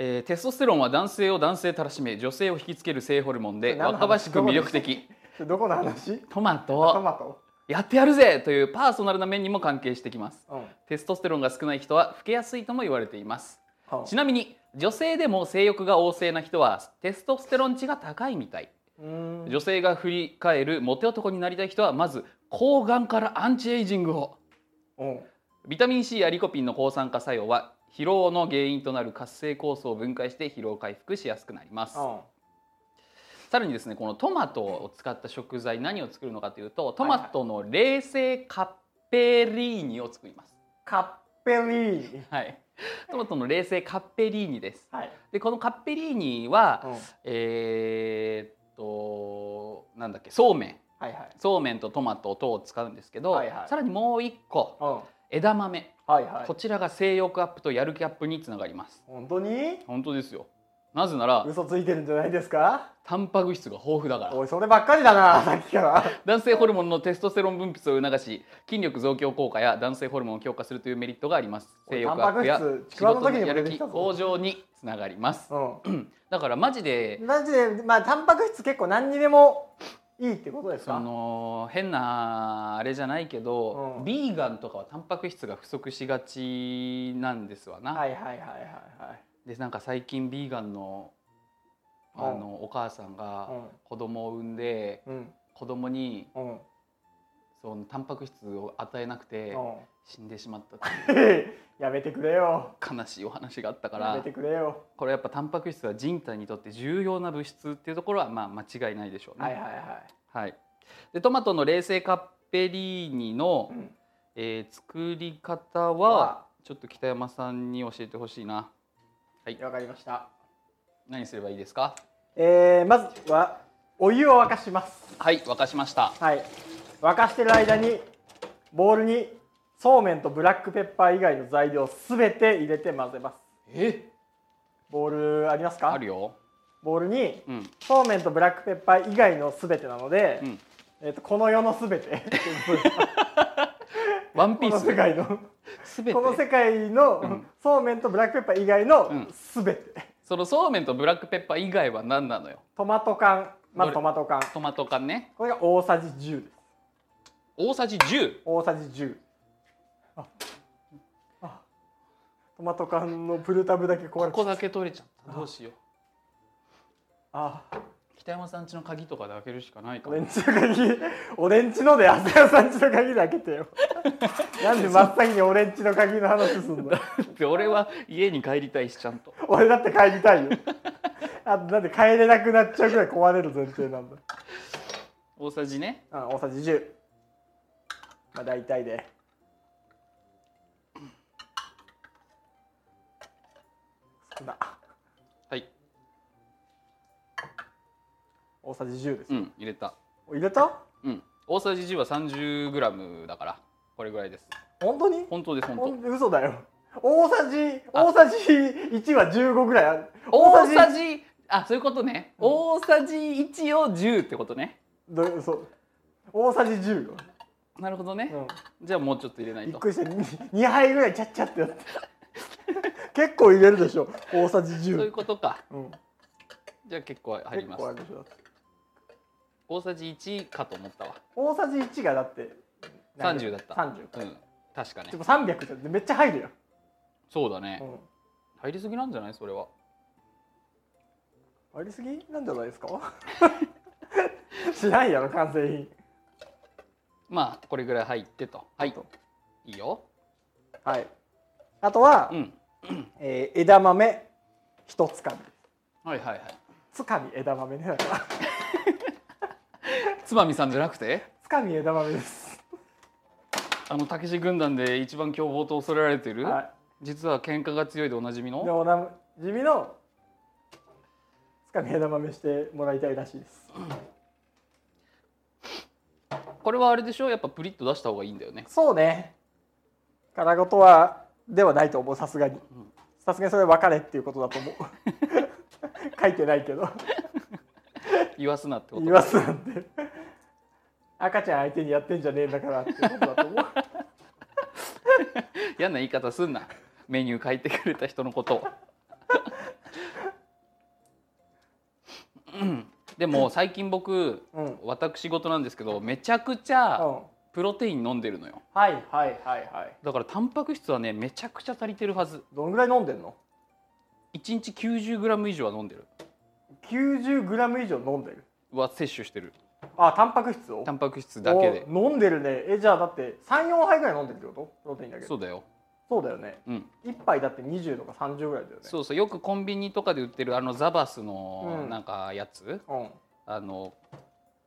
B: えーテストステロンは男性を男性たらしめ女性を引きつける性ホルモンで
C: 何の話
B: 若々しく魅力的
C: それどこの話
B: トマ
C: ト
B: ト
C: マト
B: やってやるぜというパーソナルな面にも関係してきます
C: うん
B: テストステロンが少ない人は老けやすいとも言われています
C: は
B: ちなみに女性でも性欲が旺盛な人はテストステロン値が高いみたい
C: あうん
B: 女性が振り返るモテ男になりたい人はまず抗がんからアンチエイジングを
C: うん
B: ビタミン C やリコピンの抗酸化作用は疲労の原因となる活性酵素を分解して疲労回復しやすくなります
C: うん
B: さらにですねこのトマトを使った食材何を作るのかというとトマトの冷製カッペリーニを作ります
C: カッペリーニ
B: はいトマトの冷製カッペリーニです
C: はい
B: でこのカッペリーニは、
C: うん
B: えーっとなんだっけそうめん
C: はいはい
B: そうめんとトマト等を使うんですけど、
C: はいはい
B: さらにもう一個
C: うん
B: 枝豆、
C: はいはい
B: こちらが性欲アップとやる気アップにつながります
C: 本当に
B: 本当ですよなぜなら
C: 嘘ついてるんじゃないですか
B: タンパク質が豊富だから
C: おいそればっかりだな さっきから
B: 男性ホルモンのテストステロン分泌を促し筋力増強効果や男性ホルモンを強化するというメリットがあります
C: こ
B: 性
C: れ
B: 欲アップや
C: タンパク
B: 仕事
C: 質ちくわの時
B: の
C: にも
B: や
C: 出
B: る
C: てき
B: 気
C: たぞ
B: 向上につながります
C: う
B: だからマジで
C: んマジでまあタンパク質結構何にでもいいってことです
B: そ
C: か
B: の変なあれじゃないけど、
C: うん
B: ビーガンとかはタンパク質が不足しがちなんですわな、
C: はいはいはいはい
B: でなんか最近ビーガンのあ
C: うん
B: のお母さんが
C: はい
B: 子供を産んで
C: うんうん
B: 子供に
C: うんうん
B: そのタンパク質を与えなくて死んでしまったとい
C: やめてくれよ
B: う悲しいお話があったか
C: やめ
B: ら
C: てくれよ
B: これやっぱタンパク質は人体にとって重要な物質っていうところはまあ間違いないでしょうね。
C: はいはいは
B: はいでトマトの冷製カッペリーニの
C: い、うん
B: えー作り方
C: わ
B: はちょっと北山さんに教えてほしいな
C: わかりました
B: 何すればいいですか
C: えー、まずはお湯を沸かします
B: はい沸かしました
C: はい沸かしてる間にボウルにそうめんとブラックペッパー以外の材料すべて入れて混ぜます
B: え
C: ボウルありますか
B: あるよ
C: ボウルに
B: うん
C: そうめんとブラックペッパー以外のすべてなので、
B: うん
C: えっとこの世のす べて
B: ワンピ
C: この世
B: ー
C: 界の
B: スすべ
C: この世
B: て
C: 界の、
B: うん
C: そうめんとブラックペッパー以外
B: う
C: の
B: ん
C: すべて、
B: そのそうめんとブラックペッパー以外は何なのよ
C: トマト缶ま
B: ど
C: ず
B: れ
C: トマト缶
B: トマト缶ね
C: これが大さじ10です
B: 大さじ10
C: 大さじ10ああトマト缶のプルタブだけ壊
B: こ
C: れて
B: こだけ取れちゃったどうしよう
C: あ
B: 北山さん家の鍵とかで開けるしかないか
C: 俺
B: ら
C: んちの鍵俺んちので浅谷さんちの鍵で開けてよ なんで真っ先に俺んちの鍵の話すんの
B: で俺は家に帰りたいしちゃんと
C: 俺だって帰りたいよあとだって帰れなくなっちゃうぐらい壊れる前提なんだ
B: 大さじね
C: うん大さじ10まあ大体で少な
B: はい
C: 大さじ10です、
B: うん入れた
C: お入れた
B: うん大さじ10は 30g だからこれぐらいです
C: 本当に
B: 本当です本
C: ほ
B: 当
C: ん嘘だよ大さじ大さじ1は15ぐらいある
B: 大さ
C: じ
B: じあそういうことね、
C: うん
B: 大さじ1を10ってことね
C: どうそう大さじ10よ、
B: なるほどね、
C: う
B: じゃあもうちょっと入れない
C: ん、びっ
B: と
C: くりして2杯ぐらいちゃっちゃってやって結構入れるでしょ大さじ
B: そういう
C: 10
B: ことか
C: うん、
B: じゃあ結構入り
C: 結
B: ます
C: 構あるでしょ
B: 大さじ1かと思ったわ
C: 大さじ1がだって
B: 30だった
C: 30
B: うん確かね
C: でも300じゃんめっちゃ入るよ、
B: そうだね、
C: う
B: 入りすぎなんじゃないそれは
C: ん、ありすぎなんじゃないですか しないやろ完成品
B: まあこれぐらい入ってとはい
C: と
B: いいよ
C: はいあとは、
B: うん
C: えー枝豆一つかみ
B: はいはいはい
C: つかみ枝豆ね だから
B: つまみさんじゃなくて
C: つかみ枝豆です
B: あのたけし軍団で一番凶暴と恐れられている、
C: は
B: 実は喧嘩が強いでおなじみ
C: いで
B: の
C: おなじみのつかみ枝豆してもらいたいらしいです
B: これはあれでしょやっぱプリッと出した方がいいんだよね
C: そうね殻ごとはではないと思うさすがに
B: ん
C: さすがにそれは別れっていうことだと思う 書いてないけど
B: 言わすなってこと
C: 言わすなんて赤ちゃん相手にやってんじゃねえんだからっていうことだと 思う
B: 嫌な言い方すんなメニュー書いてくれた人のことを うんでも最近僕、
C: うん
B: 私事なんですけどめちゃくちゃ
C: うん
B: ププロテイン飲んでるのよ
C: はいはいはいはい
B: だからタンパク質はねめちゃくちゃ足りてるはず
C: どんぐらい飲んでんの
B: 1日 90g 以上は飲んでる
C: 90g 以上飲んでる
B: は摂取してる
C: あタンパク質を
B: タンパク質だけで
C: お飲んでるねえじゃあだって34杯ぐらい飲んでるってことプロテインだけで
B: そうだよ
C: そうだよね
B: うん
C: 1杯だって20とか30ぐらいだよね
B: そうそうよくコンビニとかで売ってるあのザバスの
C: うん
B: なんかやつ、
C: うん
B: あの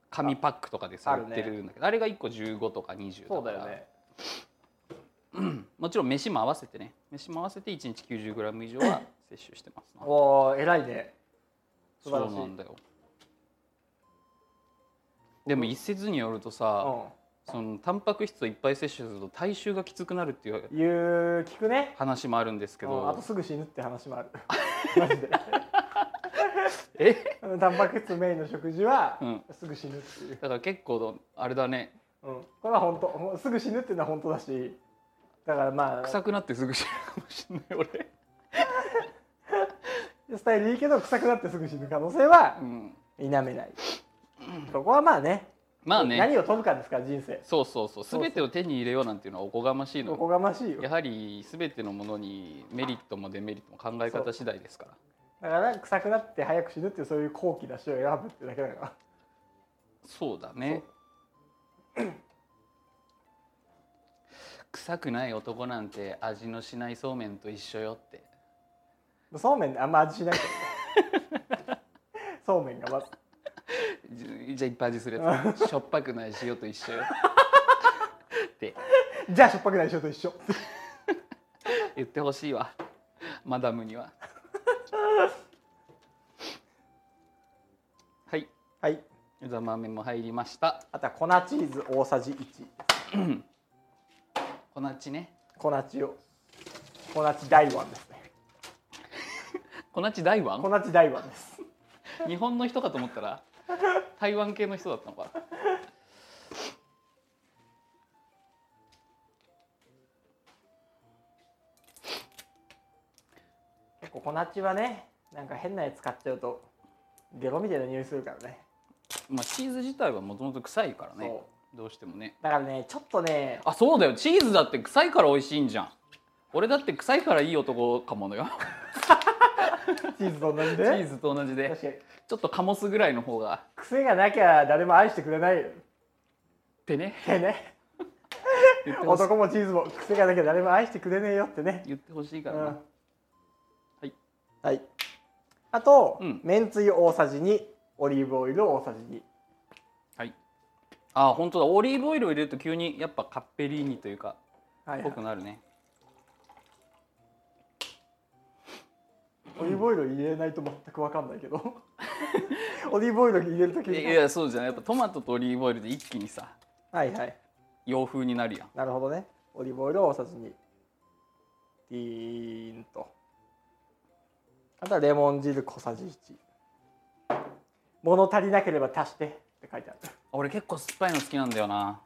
B: 紙パックとかでさ
C: あ
B: 売
C: る
B: っ
C: ね
B: てるんだけどあれが1個15とか20
C: そう
B: か
C: だ
B: ら
C: よね
B: もちろん飯も合わせてね飯も合わせて1日 90g 以上は摂取してますな
C: おお偉いね素
B: そ
C: 晴ら
B: う
C: しい
B: なんだよでも一説によるとさ、
C: う
B: そのタンパク質をいっぱい摂取すると体臭がきつくなるっていうん
C: 言う聞くね
B: 話もあるんですけ
C: うんあ
B: ど
C: とすぐ死ぬって話もある マジで
B: え
C: うんタンパク質メインの食事は
B: うん
C: すぐ死ぬっていう、
B: だから結構あれだね
C: うん、これは本当ほんすぐ死ぬっていうのは本当だしだからまあ
B: 臭くなってすぐ死ぬかもしれない俺
C: スタイルいいけど臭くなってすぐ死ぬ可能性は
B: うん
C: 否めない、そこはまあね
B: まあね
C: 何を取るかですから人生
B: そうそうそう
C: そうそう
B: 全てを手に入れようなんていうのはおこがましいの
C: お
B: よ
C: こがましいよ
B: やはり全てのものにメリットもデメリットも考え方次第ですから
C: だから臭くなって早く死ぬっていうそういう高貴な死を選ぶってだけだから
B: そうだね 臭くない男なんて味のしないそうめんと一緒よって
C: そうめんあんま味しないから ねそうめんがまず
B: じじゃあいっぱい味するや つしょっぱくない塩と一緒よって
C: じゃあしょっぱくない人と一緒
B: 言ってほしいわマダムにははい
C: はい
B: 枝豆も入りました
C: あとは粉チーズ大さじ1
B: 粉チね
C: 粉チを粉チ大碗ですね
B: 粉チ台湾
C: 粉チ大碗です
B: 日本の人かと思ったら台湾系の人だったのか
C: 結構粉チはねなんか変なやつ買っちゃうとゲロみたいな匂いするからね
B: まあチーズ自体はもともと臭いからね
C: そ
B: どうしてもね
C: だからねちょっとね
B: あそうだよチーズだって臭いから美味しいんじゃん俺だって臭いからいい男かものよ
C: チーズと同じで
B: チーズと同じで
C: 確かに
B: ちょっとカモスぐらいの方が
C: 癖がなきゃ誰も愛してくれないよ
B: ってね
C: ってね
B: 言ってほしい
C: 男もチーズも癖がなきゃ誰も愛してくれねえよってね
B: 言ってほしいか
C: う
B: ら
C: ん
B: な、
C: はい
B: い、
C: あと、
B: うん
C: めんつゆ大さじ2オリーブオイル大さじ2
B: はいあ本当だオリーブオイルを入れると急にやっぱカッペリーニというか
C: はい、
B: 濃くなるね
C: オリーブオイルを入れないと全く分かんないけ どオリーブオイルを入れるとき
B: い
C: に
B: やそうじゃないやっぱトマトとオリーブオイルで一気にさ
C: はいはい
B: 洋風になるやん
C: なるほどねオリーブオイルを大さじ2ディーンとあとはレモン汁小さじ1物足りなければ足してって書いてある
B: 俺結構酸っぱいの好きなんだよな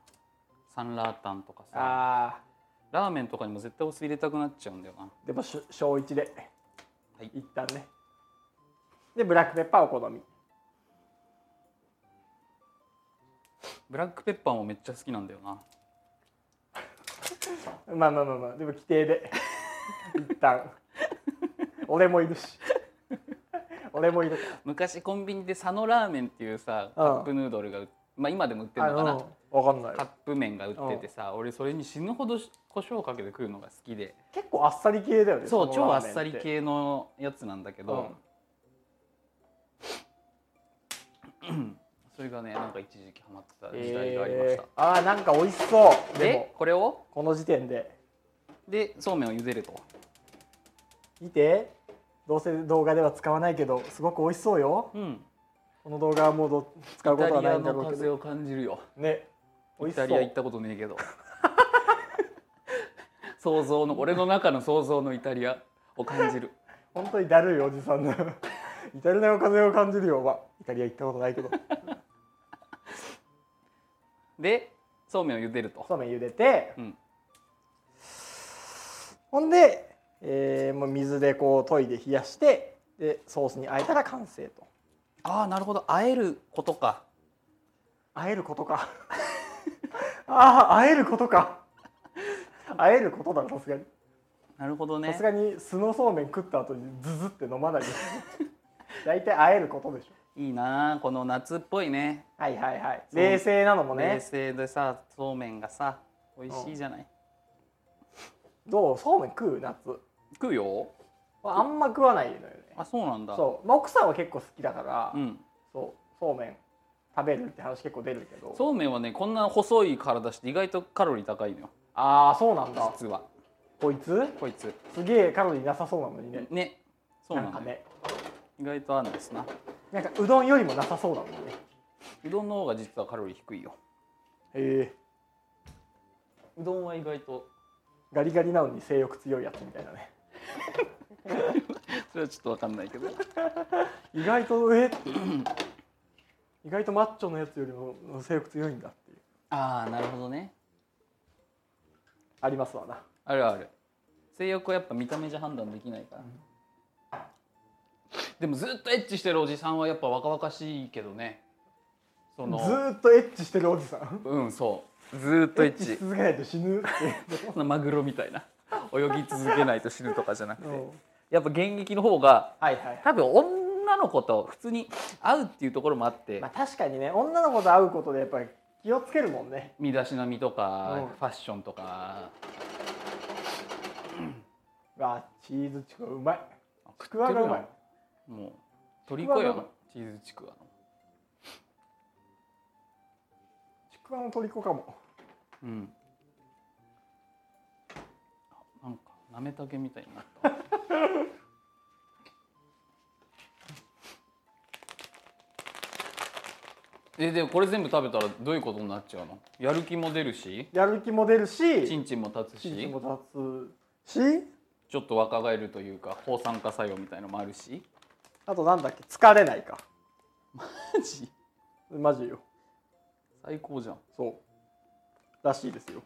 B: サンラータンとかさ
C: あ
B: ラーメンとかにも絶対お酢入れたくなっちゃうんだよな
C: ーでもし小1で、
B: はい
C: 一旦ねでブラックペッパーお好み
B: ブラックペッパーもめっちゃ好きなんだよな
C: まあまあまあまあでも規定 で一旦俺もいるし俺もいるか
B: 昔コンビニで佐野ラーメンっていうさ
C: うん
B: カップヌードルが売っまあ今でも売ってる
C: ら
B: のかな
C: うんわかんない
B: カップ麺が売っててさ俺それに死ぬほどし胡椒をかけて食うのが好きで
C: 結構あっさり系だよね
B: そう
C: その
B: 超あっ
C: ラーメン
B: さり
C: て
B: 系のやつなんだけど、 それがねなんか一時期ハマってた時代がありました
C: えー、あーなんか美味しそうで
B: で
C: も
B: これを
C: この時点で
B: でそうめんを茹でると
C: 見てどうせ動画では使わないけどすごく美味しそうよ
B: うん
C: この動画はもうど使
B: イ
C: うこ
B: タ
C: とは
B: リ
C: な
B: ア
C: いんだ
B: の
C: ろうけ
B: 風
C: ど
B: を感じるよ
C: ね美
B: イ
C: 味しそ
B: タ
C: う
B: リア行ったことねえけど 想像の俺の中の想像のイタリアを感じる
C: 本当にだるいおじ さんだイタリアの風を感じるよはイタリア行ったことないけど
B: でそうめんを茹でると
C: そうめん茹でて
B: うん
C: ほんで、えーもう水でこう研いで冷やしてでソースにあえたら完成と
B: ああなるほどあえることか
C: あえることかああ会えることか会えることだなさすがに
B: なるほど
C: さ
B: ね
C: すがにスノーそうめん食った後にズズって飲まない で大体会えることでしょ
B: いいなあこの夏っぽいね
C: はいはいはい
B: そう
C: 冷静なのも
B: 冷
C: ね
B: 静でさそうめんがさ美味しいじゃない、
C: どうそうめん食う夏
B: 食うよ
C: あんま食わないのよね
B: あそうなんだ
C: そう、まあ、奥さんは結構好きだから、
B: ん、
C: そうそうめん食べるって話結構出るけど
B: そうめんはねこんな細い体して意外とカロリー高いのよ
C: ああそうなんだ
B: 実は
C: こいつ
B: こいつ
C: すげえカロリーなさそうなのにね、
B: ねそう
C: な
B: なんん
C: か
B: だ、ね、
C: ね
B: 意外とあるんですな
C: なんかうどんよりもなさそうだもんね
B: うどんの方が実はカロリー低いよ
C: へえ
B: うどんは意外と
C: ガリガリなのに性欲強いやつみたいなね
B: それはちょっとわかんないけど
C: 意外と えって意外とマッチョのやつよりも性欲強いんだっていう
B: ああなるほどね
C: ありますわな
B: あるある性欲はやっぱ見た目じゃ判断できないから、でもずっとエッチしてるおじさんはやっぱ若々しいけどねそ
C: ず
B: の
C: ーっとエッチしてるおじさん
B: うんそうずーっとエッ
C: し
B: チ
C: 続けないと死ぬって
B: そんなマグロみたいな 泳ぎ続けないと死ぬとかじゃなくて
C: うん
B: やっぱ現役の方が
C: はいはい
B: 多分女の子と普通に会うっていうところもあって
C: まあ確かにね女の子と会うことでやっぱり気をつけるもんね
B: 身だしなみと
C: うん
B: かファッションとか
C: うわチーズちくわうまいちく
B: 食って
C: わが
B: る
C: う
B: やん
C: まい
B: もう鳥子
C: ちくわ
B: や
C: が
B: んチーズちくわの
C: ちくわの虜かも
B: うんあなんかなめたけみたいにな ったわえでもこれ全部食べたらどういうことになっちゃうのやる気も出るし
C: やる気も出る
B: チ
C: し
B: ンチンも立つ
C: チンチ
B: し
C: も立つし
B: ちょっと若返るというか抗酸化作用みたいのもあるし
C: あとなんだっけ疲れないか
B: マジ
C: マジよ
B: 最高じゃん
C: そうらしいですよ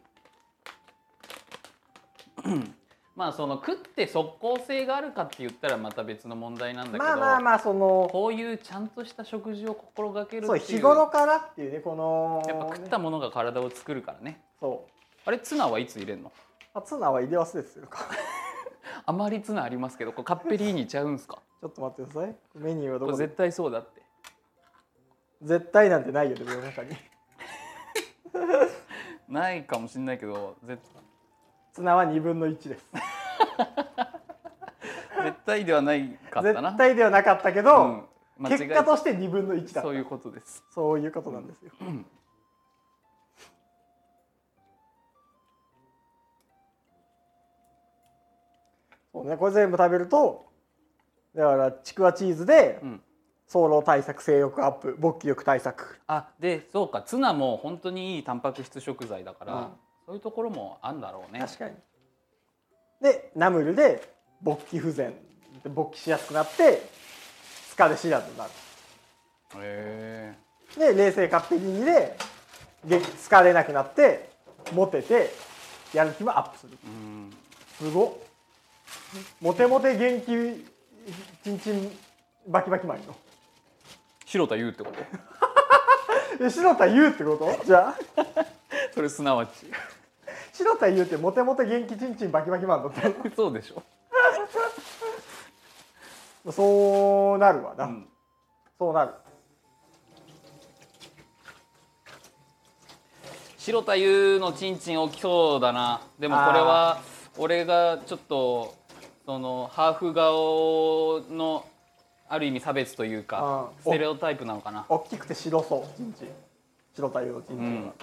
B: まあその食って即効性があるかって言ったらまた別の問題なんだけど、
C: まあまあまあその
B: こういうちゃんとした食事を心がけるって
C: そう
B: いう
C: 日頃からっていうねこの
B: やっぱ食ったものが体を作るからね
C: そう
B: あれツナはいつ入れんの
C: あツナは入れ忘れてるか
B: あまりツナありますけどこれカッペリーニちゃうんすか
C: ちょっと待ってくださいメニューは ど
B: こ
C: こ
B: れ
C: で
B: 絶対そうだって
C: 絶対なんてないよね世の中に
B: ないかもしんないけど絶
C: ツナは2分の1です
B: 絶対ではないかったな
C: 絶対ではなかったけど、
B: うん、間違え
C: 結果として2分の1だ
B: そういうことです
C: そういうことなんですよ、そうねこれ全部食べるとだからちくわチーズで
B: うん
C: 早漏対策性欲アップ勃起力対策
B: あでそうかツナも本当にいいタンパク質食材だから、
C: うん
B: そういうところもあんだろうね
C: 確かにでナムルで勃起不全で勃起しやすくなって疲れ知らずになる
B: へ
C: で冷静カッペリーニでげ疲れなくなってモテてやる気もアップする
B: えうん
C: すごっモテモテ元気チンチンバキバキマンの
B: 白田優ってこと
C: え白田優ってことじゃあ
B: それすなわち
C: 白田優ってモテモテ元気チンチンバキバキマンだった
B: そうでしょ、
C: のそうなるわな、
B: うん、
C: そうなる
B: 白田優のチンチン起きそうだなでもこれは俺がちょっとそのハーフ顔のある意味差別というか
C: うん
B: ステレオタイプなのかな
C: 大きくて白そうチンチン白田優のチンチン
B: う
C: は、
B: ん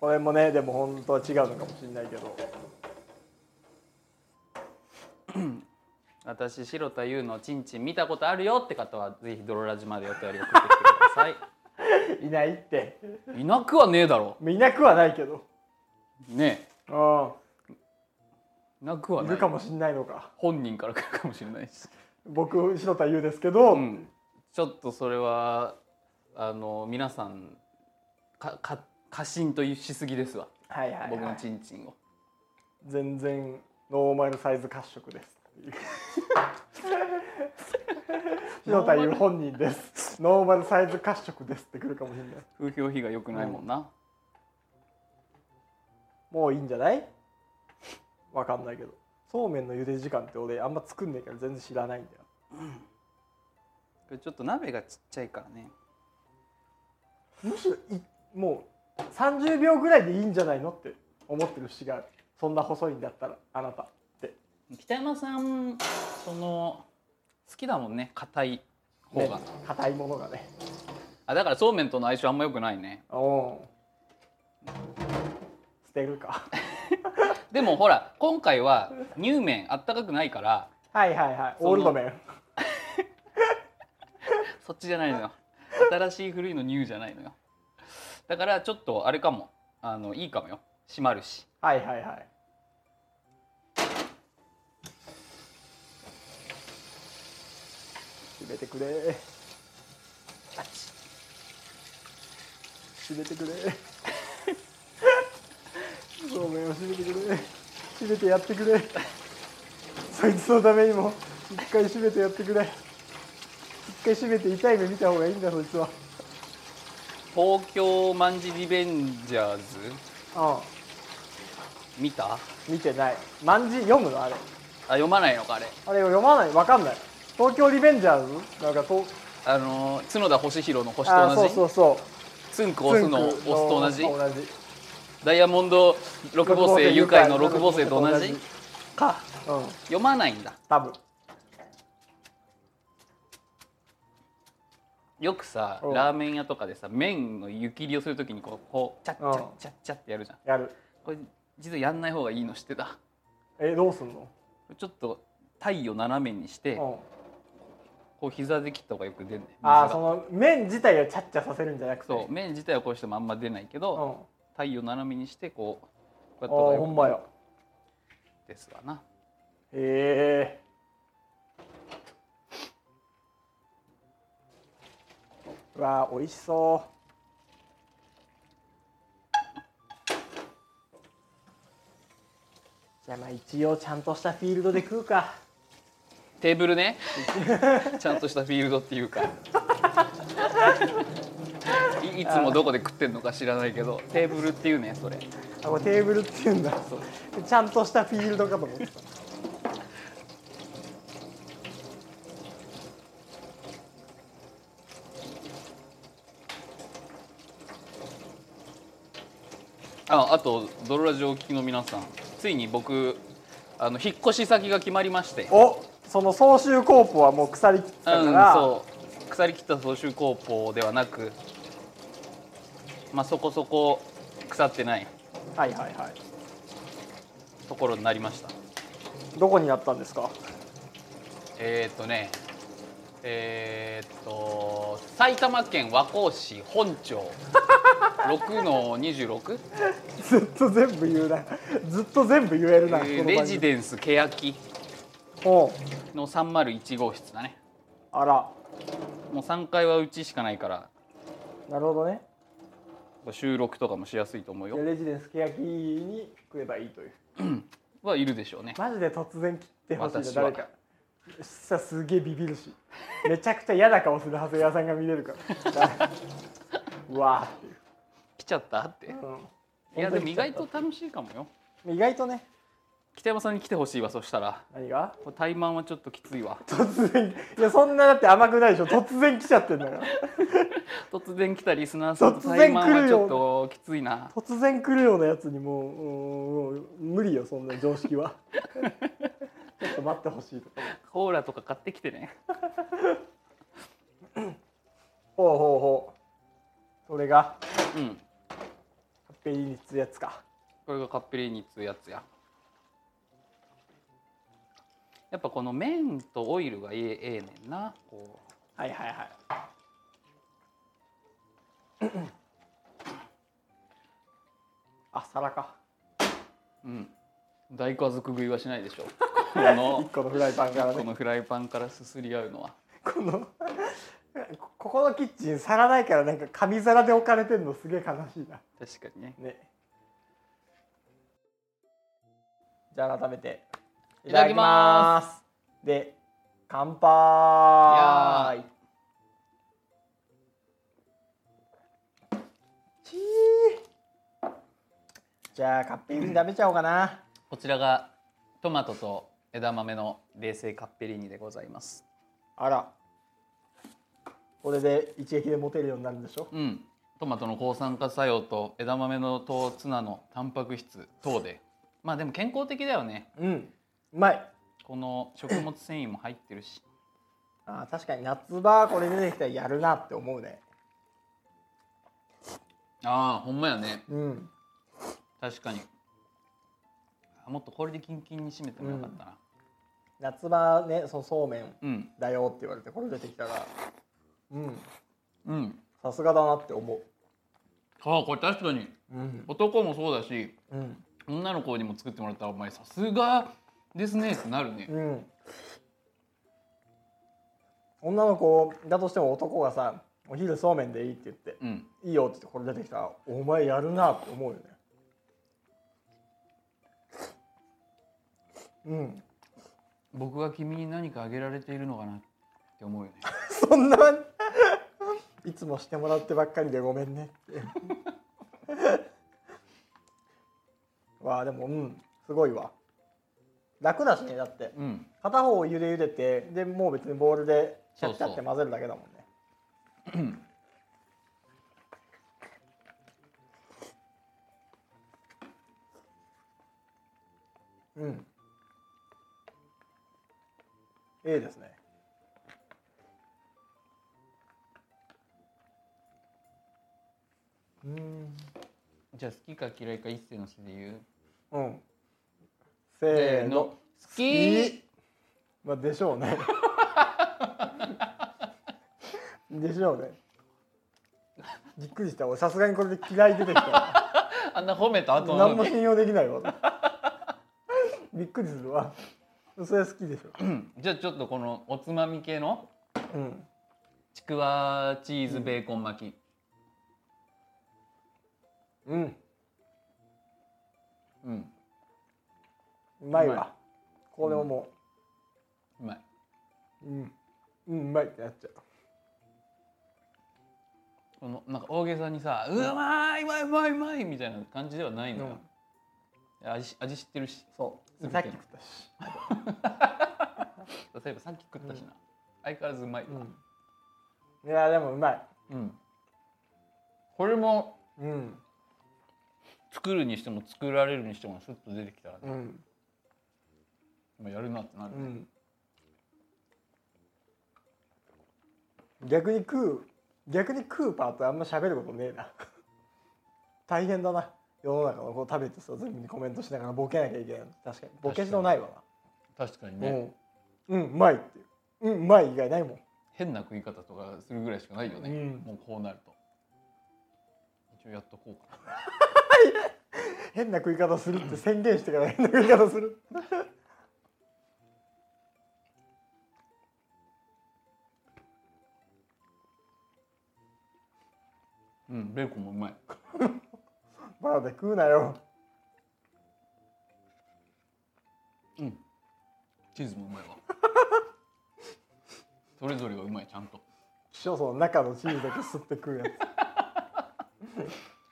C: これもねでも本当は違うのかもしれないけど
B: 私白田優のチンチン見たことあるよって方はぜひ泥ラジまでお便り送ってきてください
C: いないって
B: いなくはねえだろ
C: いなくはないけど
B: ね
C: う
B: えいなくは
C: んい
B: な
C: る
B: い
C: かもしれないのか
B: 本人から来るかもしれないし
C: 僕白田優ですけど、
B: うん、ちょっとそれはあの皆さんかか過信としすぎですわ、
C: はいはい、はい、
B: 僕のチンチンを
C: 全然ノーマルサイズ褐色ですっていう篠田優本人ですノーマルサイズ褐色ですってくるかもしれない
B: 風評被害良くないもんな、
C: もういいんじゃないわかんないけどそうめんの茹で時間って俺あんま作んねえから全然知らないんだよ
B: これちょっと鍋がちっちゃいからね
C: むしろいもう30秒ぐらいでいいんじゃないのって思ってる節があるそんな細いんだったらあなたって
B: 北山さんその好きだもんね硬い方
C: ね
B: が、
C: 硬いものがね
B: あだからそうめんとの相性あんま良くないね
C: お捨てるか
B: でもほら今回は乳麺あったかくないから
C: はいはいはい
B: その
C: オールド麺
B: そっちじゃないのよ新しい古いの乳じゃないのよだからちょっとあれかもあのいいかもよ閉まるし
C: はいはいはい閉めてくれ閉めてくれごめん閉めてくれ閉めてやってくれそいつのためにも一回閉めてやってくれ一回閉めて痛い目見た方がいいんだそいつは
B: 東京マンジリベンジャーズ
C: う
B: 見たあ
C: ん見てない万字読むのあれ
B: 読まないのかあれ
C: あれ読まないわかんない東京リベンジャーズなんかと
B: あのー角田星弘の星
C: あ
B: と同
C: ーそう
B: じ
C: そうそ
B: ツンク
C: う
B: 押すの押す
C: ツンクの
B: と同じ
C: 同じ
B: ダイヤモンド六
C: 六
B: 芒
C: 芒
B: 星
C: 星
B: 愉快の
C: 六
B: 六
C: 芒
B: 芒
C: 星
B: 星
C: と
B: と
C: 同
B: 同
C: じ
B: じか
C: うん
B: 読まないんだ
C: 多分
B: よくさ
C: うん
B: ラーメン屋とかでさ麺の湯切りをするときにこうこうチャッチャッチャッチャッってやるじゃん
C: やる
B: これ実はやんない方がいいの知ってた
C: えどうすんの
B: ちょっと体を斜めにして
C: うん
B: こう膝で切った方がよく出るね
C: あー
B: 水
C: そ
B: が
C: の麺自体をチャッチャさせるんじゃなくて
B: そう麺自体はこうしてもあんま出ないけ
C: うん
B: ど
C: あ
B: 体を斜めにしてこうこうや
C: ー
B: った方がよ
C: ほんま
B: く
C: よ
B: ですわな
C: へえうわー美味しそうじゃあまあ一応ちゃんとしたフィールドで食うか
B: テーブルね ちゃんとしたフィールドっていうかいいつもどこで食ってんのか知らないけどテーブルっていうねそれ
C: あこれテーブルっていうんだ
B: そう
C: ちゃんとしたフィールドかと思ってた
B: ああと「ドロラジオ」お聞きの皆さんついに僕あの引っ越し先が決まりまして
C: おその総集コーポはもう腐りきったか
B: うん
C: ら、
B: そう腐り切った総集工法ではなくまあそこそこ腐ってない
C: はいはいはい
B: ところになりました
C: どこになったんですか
B: えー、っとねえー、っと埼玉県和光市本 町6の 26?
C: ずっと全部言うなずっと全部言えるな、
B: えー
C: この
B: レ
C: 番
B: ジ
C: 組
B: デンス欅
C: おう
B: の301号室だね
C: あら
B: もう3階はうちしかないから
C: なるほどね
B: 収録とかもしやすいと思う
C: じゃあ
B: よ
C: レジデンスケヤキに食えばいいという
B: はいるでしょうね
C: マジで突然切ってほしいな
B: 私は
C: 誰かさすげえビビるしめちゃくちゃ嫌な顔する長谷川さんが見れるからう わあっていう、
B: 来ちゃったって
C: うん、
B: いやでも意外
C: 本
B: と楽しいかもよ
C: 当に意外とね
B: 北山さんに来てほしいわそしたら
C: 何が
B: これ怠慢はちょっときついわ
C: 突然いやそんなだって甘くないでしょ突然来ちゃってんだから
B: 突然来たリスナーさんと
C: 突
B: 怠
C: 然
B: 慢
C: 来
B: は
C: る
B: ち
C: よ
B: ょっときついな
C: 突然来るようなやつにもうもうもう無理よそんな常識は ちょっと待ってほしいとか
B: コーラとか買ってきてね
C: ほうほうほうそれが
B: うん
C: カッペリーニっつうやつか
B: これがカッペリーニっつうやつややっぱこの麺とオイルがええええねんなこう
C: はいはいはい あ皿か
B: うん大家族食いはしないでしょこの
C: 1個のフライパンから
B: こ
C: ね
B: のフライパンからすすり合うのは
C: この こここのキッチン皿ないからなんか紙皿で置かれてんのすげえ悲しいな
B: 確かにね
C: ねじゃあ改めて
B: いただきます
C: で乾
B: い
C: 杯
B: や
C: ちーじゃあカッペリに食べちゃおうかな
B: こちらがトマトと枝豆の冷製カッペリーニでございます。
C: あらこれで一撃でモテるようになるんでしょ
B: うん。トマトの抗酸化作用と枝豆の糖ツナのタンパク質等で、まあでも健康的だよね。
C: うんうまい
B: この食物繊維も入ってるし。
C: あー確かに夏場これ出てきたらやるなって思うね
B: ああ、ほんまやね。
C: うん
B: 確かに。あもっとこれでキンキンに締めてもよかったな。
C: 夏場ねそのそうめん
B: うん。
C: だよって言われてこれ出てきたらうん
B: うん。
C: さすがだなって思
B: ああ、これ確かに
C: ううん
B: 男もそうだし、
C: うん
B: 女の子にも作ってもらったらお前さすがですねってなるね。
C: うん女の子だとしても男がさ「お昼そうめんでいい」って言って
B: うん。
C: 「いいよ」って言ってこれ出てきたら「お前やるな」って思うよねうん
B: 僕が君に何かあげられているのかなって思うよね。
C: そんないつもしてもらってばっかりでごめんね ってわあでもうんすごいわ楽だしねだって
B: うん。
C: 片方を茹で茹でてでもう別にボウルでシャッシャって混ぜるだけだもんねうんいいですねうん
B: じゃあ好きか嫌いか一斉の詩で言う。
C: うんせーの。
B: 好き。
C: まあでしょうねでしょうねびっくりした俺さすがにこれで嫌い出てきたわ
B: あんな褒めた後な
C: 何
B: の
C: も
B: に。
C: 信用できないわびっくりするわそれ好きでしょ
B: うんじゃあちょっとこのおつまみ系の
C: うん
B: ちくわチーズベーコン巻き。
C: うん
B: うん。
C: うまいう
B: まい
C: わこれもも
B: うまい。
C: ううん、うん、うまいってなっちゃう
B: このなんか大げさにさ、うまいうまいうまいうまいみたいな感じではないのよ。味味知ってるし。
C: そう
B: 全
C: さってき
B: の
C: 食ったし
B: 例えばさっき食ったしな。相変わらずうまい。
C: うんいやでもうまい
B: うん。これも
C: うん
B: 作るにしても作られるにしてもスッと出てきたら、ね
C: うん
B: もうやるなってなる
C: う
B: ね。
C: ん逆に食う逆に食うパートあんま喋ることねえな 大変だな世の中のこう食べてさ全部にコメントしながらボケなきゃいけない確かにボケしのないわ
B: 確かに
C: な、
B: ね。
C: うんうんうまいっていううんうまい以外ないもん
B: 変な食い方とかするぐらいしかないよね、
C: うん
B: もうこうなると一応やっとこうか
C: 変な食い方するって宣言してから変な食い方する
B: なうんベーコンもうまい
C: バカで食うなよ
B: チーズもうまい わそれぞれがうまいちゃんと
C: 希少層の中のチーズだけ吸って食うや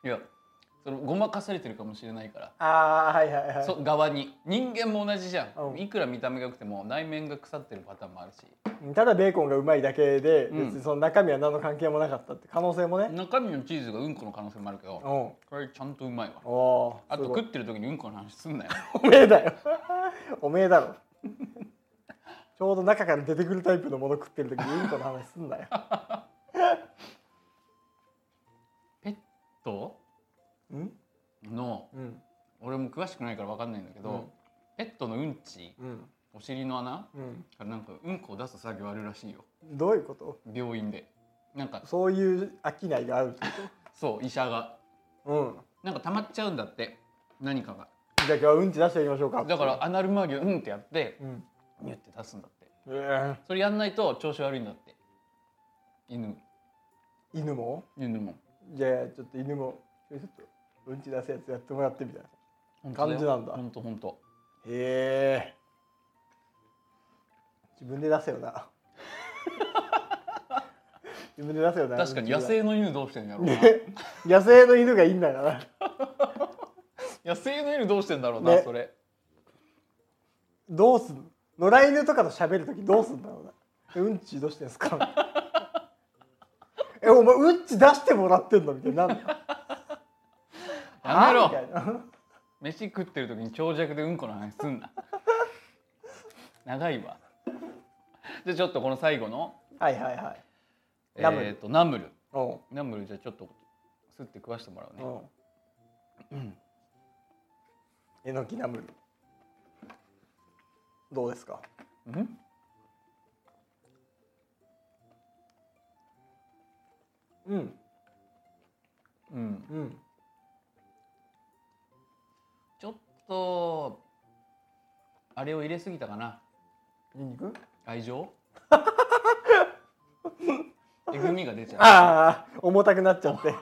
C: つ
B: いやそれごまかされてるかもしれないから
C: ああはいはいはい
B: そ側に人間も同じじゃん、
C: うん
B: いくら見た目が良くても内面が腐ってるパターンもあるし
C: ただベーコンがうまいだけで、
B: うん
C: 別にその中身は何の関係もなかったって可能性もね、
B: 中身のチーズがうんこの可能性もあるけど
C: うん
B: これちゃんとうまいわ
C: お
B: あと
C: すご
B: 食
C: い
B: ってる時にうんこの話すんなよ
C: おめえだよ おめえだろ ちょうど中から出てくるタイプのもの食ってる時にうんこの話すんな よ
B: ペット
C: うん
B: の
C: うん
B: 俺も詳しくないから分かんないんだけど、
C: うん
B: ペットのうんち
C: うん
B: お尻の穴
C: うん
B: からなんかうんこを出す作業あるらしいよ
C: どういうこと
B: 病院でなんか
C: そういう商いがあるって
B: そう医者が
C: うん
B: なんか溜まっちゃうんだって何か
C: じゃあ今日はうんち出していきましょうか
B: がだからアナル周りをうんってやって
C: うん
B: ニュって出すんだって
C: えー
B: それやんないと調子悪いんだって犬
C: 犬も
B: 犬も
C: じゃあちょっと犬もちょっとうんち出すやつやってもらってみたいな感じなんだ
B: 本当本当
C: へえ自分で出せよ な自分で出せよな
B: 確かに野生の犬どうしてんやろうな
C: 野生の犬がいいんだから
B: 野生の犬どうしてんだろうな、
C: ね
B: それ
C: どうすんの野良犬とかと喋るときどうすんだろうなえうんちどうしてんすかえお前うんち出してもらってんのみたいになるの
B: やめ
C: あみた
B: ろ
C: いな
B: 飯食ってる時に長尺でうんこの話すんな 長いわじゃあちょっとこの最後の
C: はいはいはい
B: え
C: ナムル
B: ー、とナムル
C: お
B: ナムルじゃあちょっとすって食わしてもらう
C: う
B: ね
C: おうえのきナムルどうですか
B: うん
C: うん
B: うん
C: うん
B: ちょっとあれを入れすぎたかな
C: ニンニク
B: 愛 情えぐみが出ちゃ
C: ああ重たくなっちゃって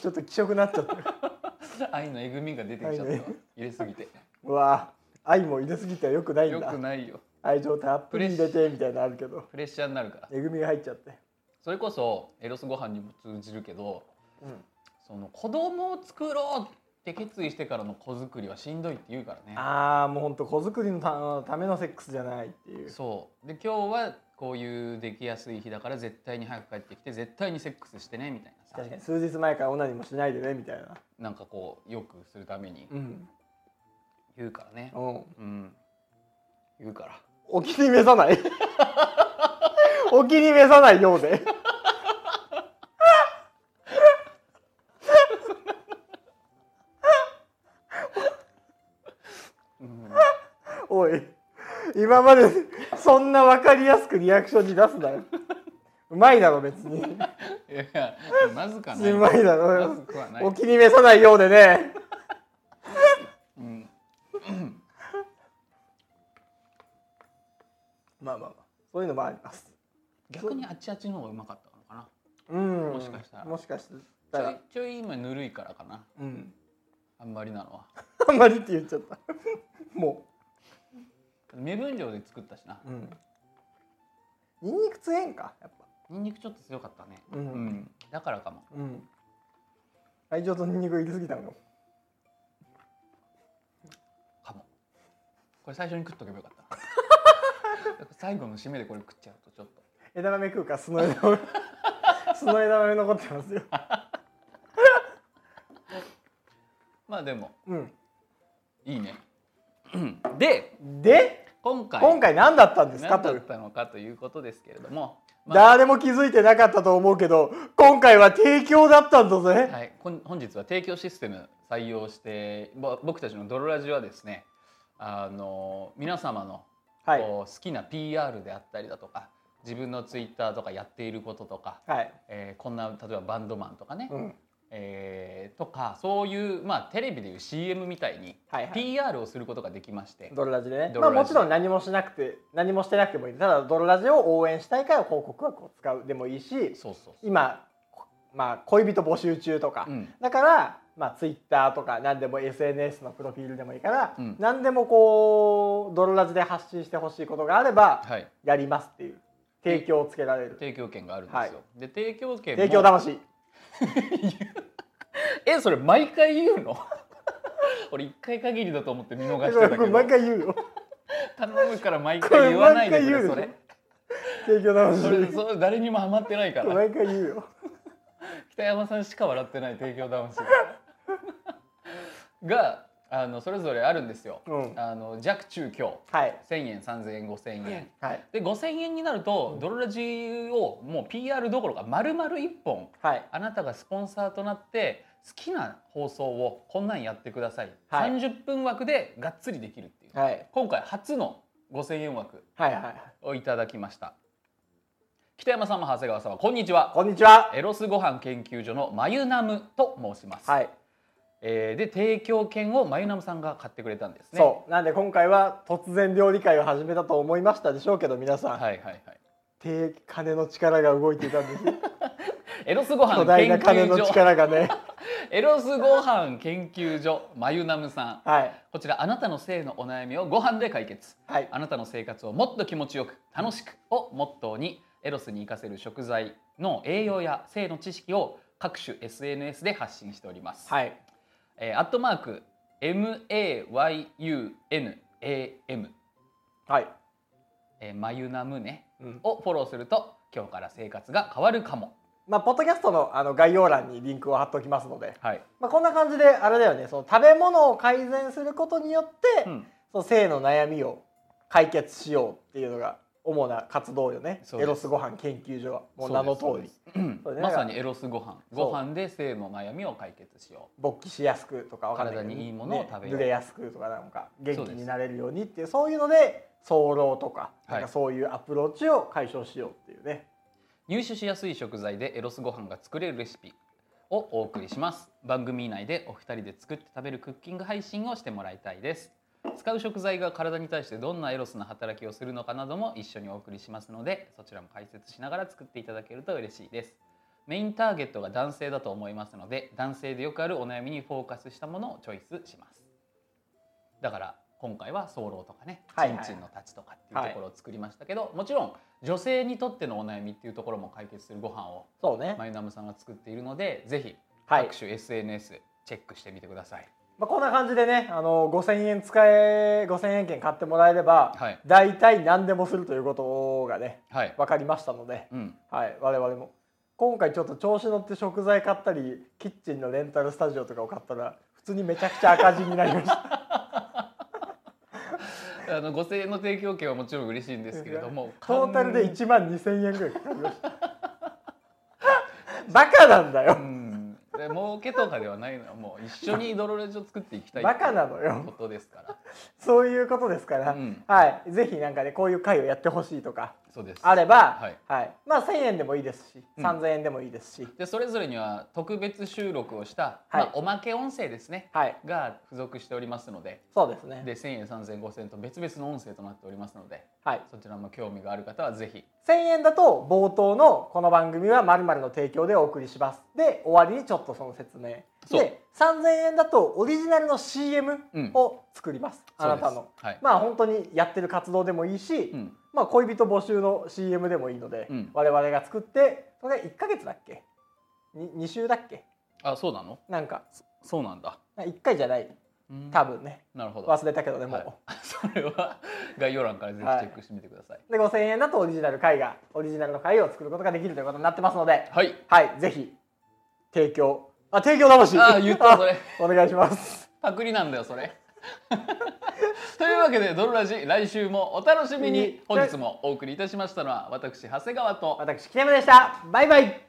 C: ちょっと希少くなっちゃってる
B: う 愛のえぐみが出てきちゃったわ
C: 愛の
B: 入れすぎて
C: うわあ愛も入れすぎてはよくないん
B: よ
C: だ
B: くないよ
C: 愛情たっぷり入れてみたいなのあるけど
B: プレッシャーになるから
C: えぐみが入っちゃって
B: それこそエロスご飯にも通じるけど
C: うん
B: その子供を作ろうって決意してからの子作りはしんどいって言うからね
C: ああもうほんと子作りのたためのセックスじゃないっていう
B: そうで今日はこういうできやすい日だから絶対に早く帰ってきて絶対にセックスしてねみたいな
C: 確か
B: さ
C: に数日前からオナニーもしないでねみたいな
B: なんかこうよくするために
C: うん
B: 言うからね
C: うん
B: うん言うから
C: お気に召さない お気に召さないようで
B: うん
C: おい今までそんな分かりやすくリアクションに出すなようまいだろ別に
B: いやいやまずかない。
C: うまいだ
B: まず
C: ろ
B: くはない
C: お。気に召さないようでね
B: うん、
C: まあまあまあそういうのもあります
B: 逆にあっちあっちの方がうまかったのか
C: うん
B: もしかしたら
C: もしかし
B: な。
C: た
B: ちょい
C: ら
B: ちょい今ぬるいからかな。
C: うん
B: あんまりなのは。
C: あんまりって言っちゃった も
B: 目分量で作ったしな。
C: ううんニンニク強えんかやっぱ
B: ニンニクちょっと強かったね。
C: うん
B: だからかも。
C: うん愛情とニンニク入れすぎたのかも
B: かも。これ最初に食っとけばよかった。 最後の締めでこれ食っちゃうとちょっと。
C: 枝豆食うか酢の枝 豆酢の枝豆残ってますよ
B: まあでも
C: うん
B: いいね。うんで
C: で
B: 今回
C: 今回何だったんですか
B: 何だ
C: と
B: ったのかということですけれども。まあ
C: 誰も気づいてなかったと思うけど今回は提供だったんだぜ
B: はい、こん本日は提供システム採用してぼ僕たちの「ドロラジ」はですねあの皆様の
C: はい
B: こう好きな PR であったりだとか自分のツイッターとかやっていることとか、
C: はい
B: えーこんな例えばバンドマンとかね、
C: うん
B: えーとかそういう、まあ、テレビでいう CM みたいに
C: はいはい
B: PR をすることができまして、
C: ドロラジでね
B: ド
C: ま
B: ロ
C: あ
B: ラジ
C: もちろん何もしなくて何もしてなくてもいいただドロラジを応援したいから広告はこう使うでもいいし
B: そうそうそ
C: 今こまあ恋人募集中とか、
B: う、うん、
C: だからまあツイッターとか何でも SNS のプロフィールでもいいから、
B: うん
C: 何でもこうドロラジで発信してほしいことがあれば
B: はい
C: やりますっていう提供をつけられる
B: 提供権があるんですよ、で提供権も
C: 提供魂
B: えそれ毎回言うの 俺一回限りだと思って見逃してたけ
C: こ
B: ど
C: れ毎回言うよ
B: 頼むから毎
C: これ
B: 回言わないでくれ
C: 毎
B: そ
C: 回
B: れ
C: 提供魂
B: それそれ誰にもハマってないか
C: これ
B: ら
C: 毎回言うよ
B: 北山さんしか笑ってない提供魂があのそれぞれあるんですよ、
C: うん
B: あの弱中強
C: はい
B: 1000円3000円5000円
C: はい
B: で5000円になるとドロラジをもう PR どころか丸々1本
C: はい
B: あなたがスポンサーとなって好きな放送をこんなんやってください、
C: はい
B: 30分枠でがっつりできるっていう、
C: はい
B: 今回初の5000円枠
C: はいはい
B: をいただきました北山様長谷川様こんにちは
C: こんにちは
B: エロスご飯研究所のマユナムと申します、
C: はい、
B: えーで提供券をマユナムさんが買ってくれたんですね
C: そうなんで今回は突然料理会を始めたと思いましたでしょうけど皆さ
B: は
C: ん、
B: いはいはい
C: 手金の力が動いていたんです
B: エロスご飯
C: 巨大
B: 研
C: な金
B: 究
C: の
B: 所
C: 力 がね
B: エロスご飯研究所マユナムさん
C: はい
B: こちらあなたの性のお悩みをご飯で解決
C: はい
B: あなたの生活をもっと気持ちよく楽しくをモットーにエロスに活かせる食材の栄養や性の知識を各種 SNS で発信しております、
C: はい
B: えーアットマーク MAYUNAM
C: はい。
B: えーマユナムね
C: うん
B: をフォローすると今日から生活が変わるかも
C: まあ、ポッドキャストのあの概要欄にリンクを貼っておきますので、
B: はい、
C: まあ、こんな感じであれだよねその食べ物を改善することによって、
B: うん、
C: その性の悩みを解決しようっていうのが主な活動よね
B: そうで
C: エ
B: す
C: ロスご飯研究所はもう名の
B: そう
C: 通
B: で
C: り
B: すそうです
C: そうね
B: まさにエロスご飯
C: そう
B: ご飯で性の悩みを解決しよ
C: 勃起しやすくとかわかんなけど
B: 体にいいものを食べよう
C: ね濡れやすくとかなんか元気
B: そうです
C: になれるようにっていうそういうので早漏とか,、
B: はい
C: なんかそういうアプローチを解消しようっていうね
B: う入手しやすい食材でエロスご飯が作れるレシピをお送りします番組内でお二人で作って食べるクッキング配信をしてもらいたいです使う食材が体に対してどんなエロスな働きをするのかなども一緒にお送りしますのでそちらも解説しながら作っていただけると嬉しいですメインターゲットが男性だと思いますので男性でよくあるお悩みにフォーカスしたものをチョイスしますだから今回は早漏とかね
C: はい
B: チン
C: はいはい
B: チンの立ちとかっていうところを作りましたけど、もちろん女性にとってのお悩みっていうところも解決するご飯を
C: そうね、
B: マユナムさんが作っているのでぜひ
C: はい
B: 各、種 SNS チェックしてみてください、
C: まあ、こんな感じでねあの5000円使え5000円券買ってもらえれば、
B: はい
C: 大体何でもするということがね
B: はい、
C: 分かりましたので、
B: うん、
C: はい、我々も今回ちょっと調子乗って食材買ったりキッチンのレンタルスタジオとかを買ったら普通にめちゃくちゃ赤字になりました
B: あの5000円の提供券はもちろん嬉しいんですけれども
C: トータルで
B: 完
C: 1万2000円ぐらいかかりましたバカなんだ
B: う
C: よ
B: ん、で儲けとかではないのはもう一緒にドロレジを作っていきたい
C: バカな
B: っ
C: の
B: ていうこ
C: よ
B: とですから
C: そういうことです から、
B: うん
C: はいぜひなんかねこういう会をやってほしいとか
B: そうです
C: あれば、
B: はい
C: まあ1000円でもいいですし、
B: うん
C: 3000円でもいいですし
B: でそれぞれには特別収録をした、
C: は
B: ま
C: い
B: あ、おまけ音声ですね
C: はい
B: が付属しておりますので
C: そうですね
B: で1000円3000円5000円と別々の音声となっておりますので
C: はい
B: そちらも興味がある方はぜひ
C: 1000円だと冒頭の「この番組は〇〇の提供でお送りします」で終わりにちょっとその説明
B: そう
C: で3000円だとオリジナルの CM
B: うん
C: を作ります、あなた
B: そう
C: の
B: ですはい、
C: まあ本当にやってる活動でもいいし、
B: うん、
C: まあ、恋人募集の CM でもいいので、
B: うん
C: 我々が作ってそれ1ヶ月だっけに 2, 週だっけ
B: あそうなの
C: なんか
B: そうなんだ
C: 1回じゃない
B: うん
C: 多分ね
B: なるほど
C: 忘れたけどねもう、
B: はいそれは概要欄からぜひチェックしてみてください
C: で5000円だとオリジナル絵画オリジナルの絵を作ることができるということになってますので
B: はい
C: はいぜひ提供あ提供魂
B: あー言ったそれ
C: お願いします
B: パクリなんだよそれ というわけで「ドロラジ」来週もお楽しみに本日もお送りいたしましたのは私長谷川と
C: 私北山でしたバイバイ